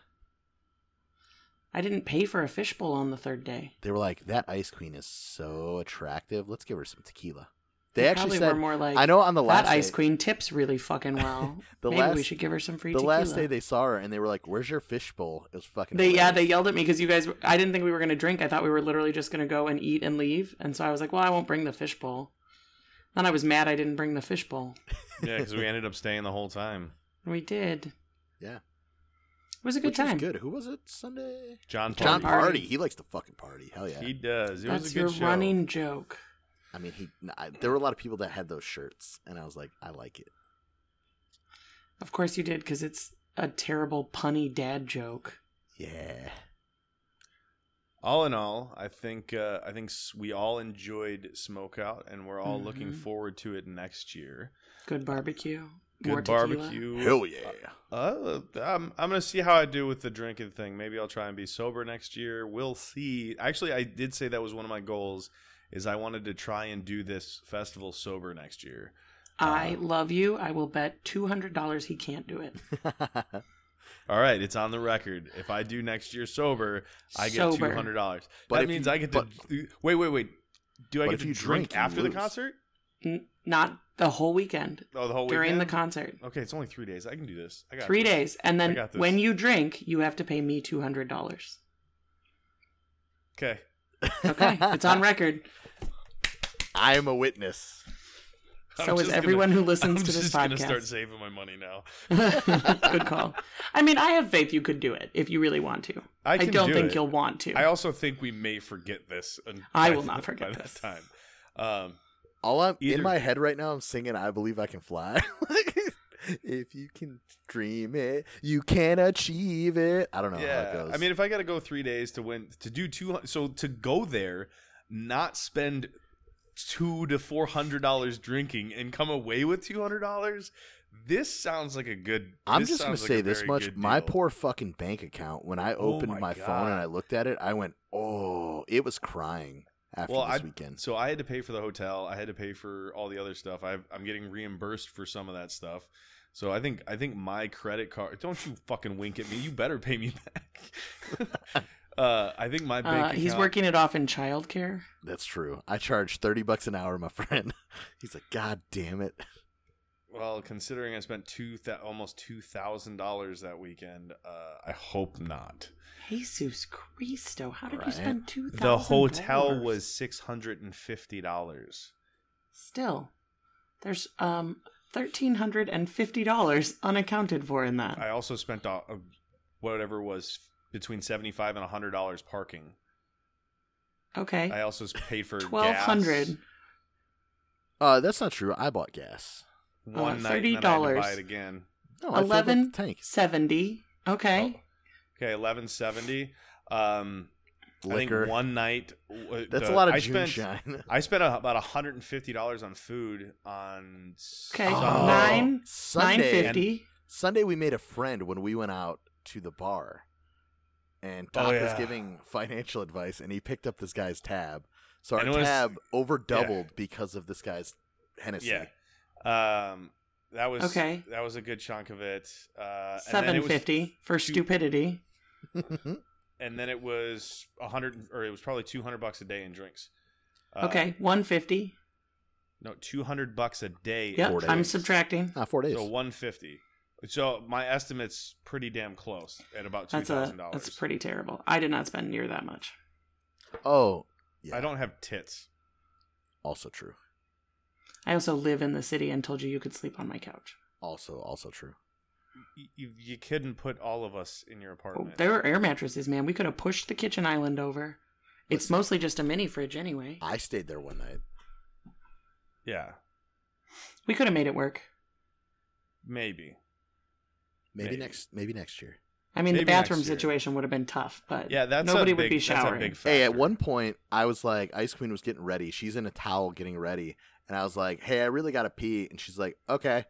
Speaker 3: I didn't pay for a fishbowl on the third day.
Speaker 2: They were like, that ice queen is so attractive. Let's give her some tequila. They,
Speaker 3: probably
Speaker 2: actually
Speaker 3: were
Speaker 2: said,
Speaker 3: more like
Speaker 2: I know on the last
Speaker 3: that ice
Speaker 2: day-
Speaker 3: queen tips really fucking well.
Speaker 2: The
Speaker 3: Maybe we
Speaker 2: last-
Speaker 3: should give her some free
Speaker 2: the
Speaker 3: tequila.
Speaker 2: last day they saw her, and they were like, "Where's your fishbowl?" It was fucking.
Speaker 3: They yeah,
Speaker 2: hilarious.
Speaker 3: they yelled at me because you guys. were- I didn't think we were gonna drink. I thought we were literally just gonna go and eat and leave. And so I was like, well, I won't bring the fishbowl. Then I was mad I didn't bring the fishbowl.
Speaker 1: Yeah, because we ended up staying the whole time.
Speaker 3: We did.
Speaker 2: Yeah.
Speaker 3: It was a good
Speaker 2: Which was
Speaker 3: time.
Speaker 2: good. Who was it Sunday?
Speaker 1: John Party.
Speaker 2: John
Speaker 3: Party.
Speaker 2: Party. He likes to fucking party. Hell yeah.
Speaker 1: He does. It was
Speaker 3: That's
Speaker 1: a good
Speaker 3: your
Speaker 1: show.
Speaker 3: running joke.
Speaker 2: I mean, he. I, there were a lot of people that had those shirts, and I was like, I like it.
Speaker 3: Of course you did, because it's a terrible punny dad joke.
Speaker 2: Yeah.
Speaker 1: all in all, I think uh, I think s- we all enjoyed Smokeout, and we're all looking
Speaker 3: Mhm.
Speaker 1: forward to it next year.
Speaker 3: Good barbecue. more
Speaker 1: Good
Speaker 3: tequila.
Speaker 1: barbecue.
Speaker 2: Hell yeah.
Speaker 1: Uh, I'm, I'm gonna see how I do with the drinking thing. Maybe I'll try and be sober next year. We'll see. Actually, I did say that was one of my goals. Is I wanted to try and do this festival sober next year.
Speaker 3: I love you. I will bet two hundred dollars he can't do it.
Speaker 1: All right, it's on the record. If I do next year sober, I get two
Speaker 3: Sober.
Speaker 1: hundred dollars.
Speaker 2: But
Speaker 1: That
Speaker 2: if
Speaker 1: means
Speaker 2: you-
Speaker 1: I get to
Speaker 2: but-
Speaker 1: wait, wait, wait. Do I
Speaker 2: But
Speaker 1: get
Speaker 2: if
Speaker 1: to
Speaker 2: you
Speaker 1: drink,
Speaker 2: drink, you
Speaker 1: after the
Speaker 2: lose.
Speaker 1: concert?
Speaker 3: N- Not the whole weekend.
Speaker 1: Oh, the whole
Speaker 3: during
Speaker 1: weekend?
Speaker 3: the concert.
Speaker 1: Okay, it's only three days. I can do this. I got
Speaker 3: Three
Speaker 1: this.
Speaker 3: days, and
Speaker 1: I
Speaker 3: then
Speaker 1: got this.
Speaker 3: when you drink, you have to pay me two hundred dollars.
Speaker 1: Okay.
Speaker 3: Okay, it's on record.
Speaker 2: I am a witness.
Speaker 1: I'm
Speaker 3: So is
Speaker 1: just gonna-
Speaker 3: everyone who listens
Speaker 1: I'm
Speaker 3: to this
Speaker 1: just gonna start
Speaker 3: podcast.
Speaker 1: saving my money now.
Speaker 3: Good call. I mean, I have faith you could do it if you really want to.
Speaker 1: I
Speaker 3: I,
Speaker 1: can
Speaker 3: don't
Speaker 1: do
Speaker 3: think
Speaker 1: it.
Speaker 3: you'll want to.
Speaker 1: I also think we may forget this. and-
Speaker 3: I
Speaker 1: by-
Speaker 3: will not forget
Speaker 1: by
Speaker 3: this.
Speaker 1: that time. Um,
Speaker 2: All I'm
Speaker 1: Either-
Speaker 2: in my head right now. I'm singing "I Believe I Can Fly." if you can dream it, you can achieve it. I don't know how it
Speaker 1: yeah,
Speaker 2: goes.
Speaker 1: I mean, if I got to go three days to win to do two, so to go there, not spend two to four hundred dollars drinking and come away with two hundred dollars. This sounds like a good.
Speaker 2: I'm
Speaker 1: this
Speaker 2: just gonna
Speaker 1: sounds like
Speaker 2: say
Speaker 1: a
Speaker 2: this
Speaker 1: very
Speaker 2: much.
Speaker 1: good
Speaker 2: My
Speaker 1: deal.
Speaker 2: poor fucking bank account. When I
Speaker 1: Oh
Speaker 2: opened
Speaker 1: my
Speaker 2: my, phone and
Speaker 1: God.
Speaker 2: I looked at it, I went, "Oh!" It was crying after
Speaker 1: Well,
Speaker 2: this
Speaker 1: I-
Speaker 2: weekend.
Speaker 1: So I had to pay for the hotel. I had to pay for all the other stuff. i I'm getting reimbursed for some of that stuff. So I think I think my credit card. Don't you fucking wink at me. You better pay me back. uh, I think my bank.
Speaker 3: Uh, he's
Speaker 1: account-
Speaker 3: working it off in childcare.
Speaker 2: That's true. I charge thirty bucks an hour, my friend. He's like, "God damn it!"
Speaker 1: Well, considering I spent two thou- almost two thousand dollars that weekend, uh, I hope not.
Speaker 3: Jesus Christo, how did you
Speaker 2: Right.
Speaker 3: spend two thousand?
Speaker 1: The hotel was six hundred and fifty dollars.
Speaker 3: still. There's um thirteen hundred and fifty dollars unaccounted for in that.
Speaker 1: I also spent uh, uh, whatever was between seventy five and hundred dollars parking.
Speaker 3: okay,
Speaker 1: I Oh, also paid for
Speaker 3: twelve hundred.
Speaker 1: gas
Speaker 2: Uh, that's not true. I bought gas.
Speaker 1: One
Speaker 3: Uh,
Speaker 1: night, and then I had to buy
Speaker 3: $30.
Speaker 1: it again.
Speaker 2: No, I filled up the
Speaker 3: Eleven
Speaker 2: tank.
Speaker 3: seventy.
Speaker 1: Oh,
Speaker 3: Okay.
Speaker 1: Okay, eleven seventy. Um, I think
Speaker 2: Liquor.
Speaker 1: one night. w-
Speaker 2: That's
Speaker 1: the-
Speaker 2: a lot of
Speaker 1: I
Speaker 2: June
Speaker 1: spent,
Speaker 2: shine.
Speaker 1: I spent a- about hundred and fifty dollars on food on
Speaker 3: Okay.
Speaker 1: Sunday.
Speaker 3: Nine. Nine
Speaker 2: Oh, Sunday,
Speaker 3: fifty.
Speaker 2: Sunday we made a friend when we went out to the bar, and
Speaker 1: Oh,
Speaker 2: Doc was
Speaker 1: yeah.
Speaker 2: giving financial advice, and he picked up this guy's tab. So our
Speaker 1: And it was-
Speaker 2: tab over doubled because of this guy's Hennessy.
Speaker 1: Yeah. Um, that was
Speaker 3: Okay.
Speaker 1: That was a good chunk of it. Uh, and then
Speaker 3: Seven
Speaker 1: it was-
Speaker 3: fifty for
Speaker 1: two-
Speaker 3: stupidity.
Speaker 1: And then it was a hundred, or it was probably two hundred bucks a day in drinks. Uh,
Speaker 3: okay, one fifty.
Speaker 1: No, two hundred bucks a day. in
Speaker 3: Yep,
Speaker 2: four
Speaker 3: I'm
Speaker 2: days.
Speaker 3: subtracting.
Speaker 2: Ah, four days.
Speaker 1: So one fifty. So my estimate's pretty damn close at about two
Speaker 3: That's a
Speaker 1: thousand dollars.
Speaker 3: that's pretty terrible. I did not spend near that much.
Speaker 2: oh, yeah.
Speaker 1: I don't have tits.
Speaker 2: Also true.
Speaker 3: I also live in the city and told you you could sleep on my couch.
Speaker 2: Also, also true.
Speaker 1: You, you, you couldn't put all of us in your
Speaker 3: Oh,
Speaker 1: apartment.
Speaker 3: there are air mattresses, man. We could have pushed the kitchen island over. It's
Speaker 2: Listen.
Speaker 3: mostly just a mini fridge anyway.
Speaker 2: I stayed there one night.
Speaker 1: yeah,
Speaker 3: We could have made it work.
Speaker 1: maybe.
Speaker 2: Maybe,
Speaker 1: Maybe.
Speaker 2: next. Maybe next year.
Speaker 3: I mean,
Speaker 1: Maybe
Speaker 3: the bathroom
Speaker 1: next year.
Speaker 3: situation would have been tough, but
Speaker 1: Yeah, that's
Speaker 3: Uh, nobody
Speaker 1: a big,
Speaker 3: would be showering.
Speaker 1: That's a big
Speaker 2: Hey, at
Speaker 1: factor.
Speaker 2: one point, I was like, Ice Queen was getting ready. She's in a towel getting ready. And I was like, hey, I really got to pee. And she's like, okay.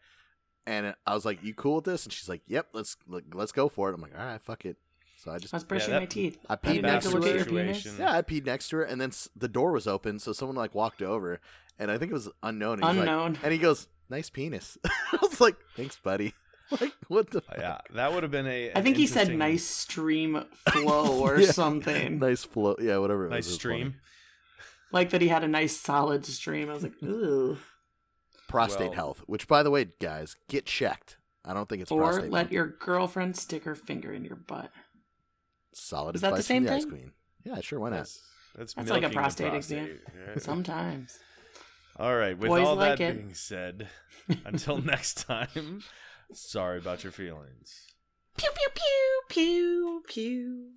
Speaker 2: And I was like, you cool with this? And she's like, yep, let's like, let's go for it. I'm like, all right, fuck it. So I just,
Speaker 3: I was brushing
Speaker 1: that-
Speaker 3: my teeth.
Speaker 2: I
Speaker 3: You
Speaker 2: peed
Speaker 3: didn't have to look at your
Speaker 1: bathroom
Speaker 3: penis.
Speaker 1: situation.
Speaker 2: yeah, I peed next to her. And then s- the door was open. So someone like walked over. And I think it was unknown. And he's like-
Speaker 3: Unknown.
Speaker 2: and he goes, nice penis. I was like, thanks, buddy. Like, what the fuck?
Speaker 1: Yeah, that would have been a.
Speaker 3: I
Speaker 1: an
Speaker 3: think he said
Speaker 1: interesting-
Speaker 3: nice stream flow or
Speaker 2: Yeah.
Speaker 3: something.
Speaker 2: Nice flow. Yeah, whatever. It
Speaker 1: nice
Speaker 2: was, it was
Speaker 1: stream.
Speaker 2: funny.
Speaker 3: Like that he had a nice solid stream. I was like, ooh.
Speaker 2: Prostate
Speaker 1: Well-
Speaker 2: health, which, by the way, guys, get checked. I don't think it's
Speaker 3: Or
Speaker 2: prostate.
Speaker 3: let
Speaker 2: health.
Speaker 3: your girlfriend stick her finger in your butt.
Speaker 2: Solid
Speaker 3: Is that the
Speaker 2: advice
Speaker 3: same
Speaker 2: from the Ice
Speaker 3: thing?
Speaker 2: Queen. Yeah, sure. Why not?
Speaker 1: That's, that's,
Speaker 3: That's like a
Speaker 1: milking the
Speaker 3: prostate exam.
Speaker 1: Yeah.
Speaker 3: Sometimes.
Speaker 1: All right. With
Speaker 3: Boys
Speaker 1: all
Speaker 3: like
Speaker 1: that
Speaker 3: it.
Speaker 1: being said, until next time, sorry about your feelings.
Speaker 3: Pew pew pew pew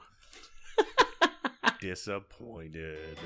Speaker 2: Pew.
Speaker 1: Disappointed.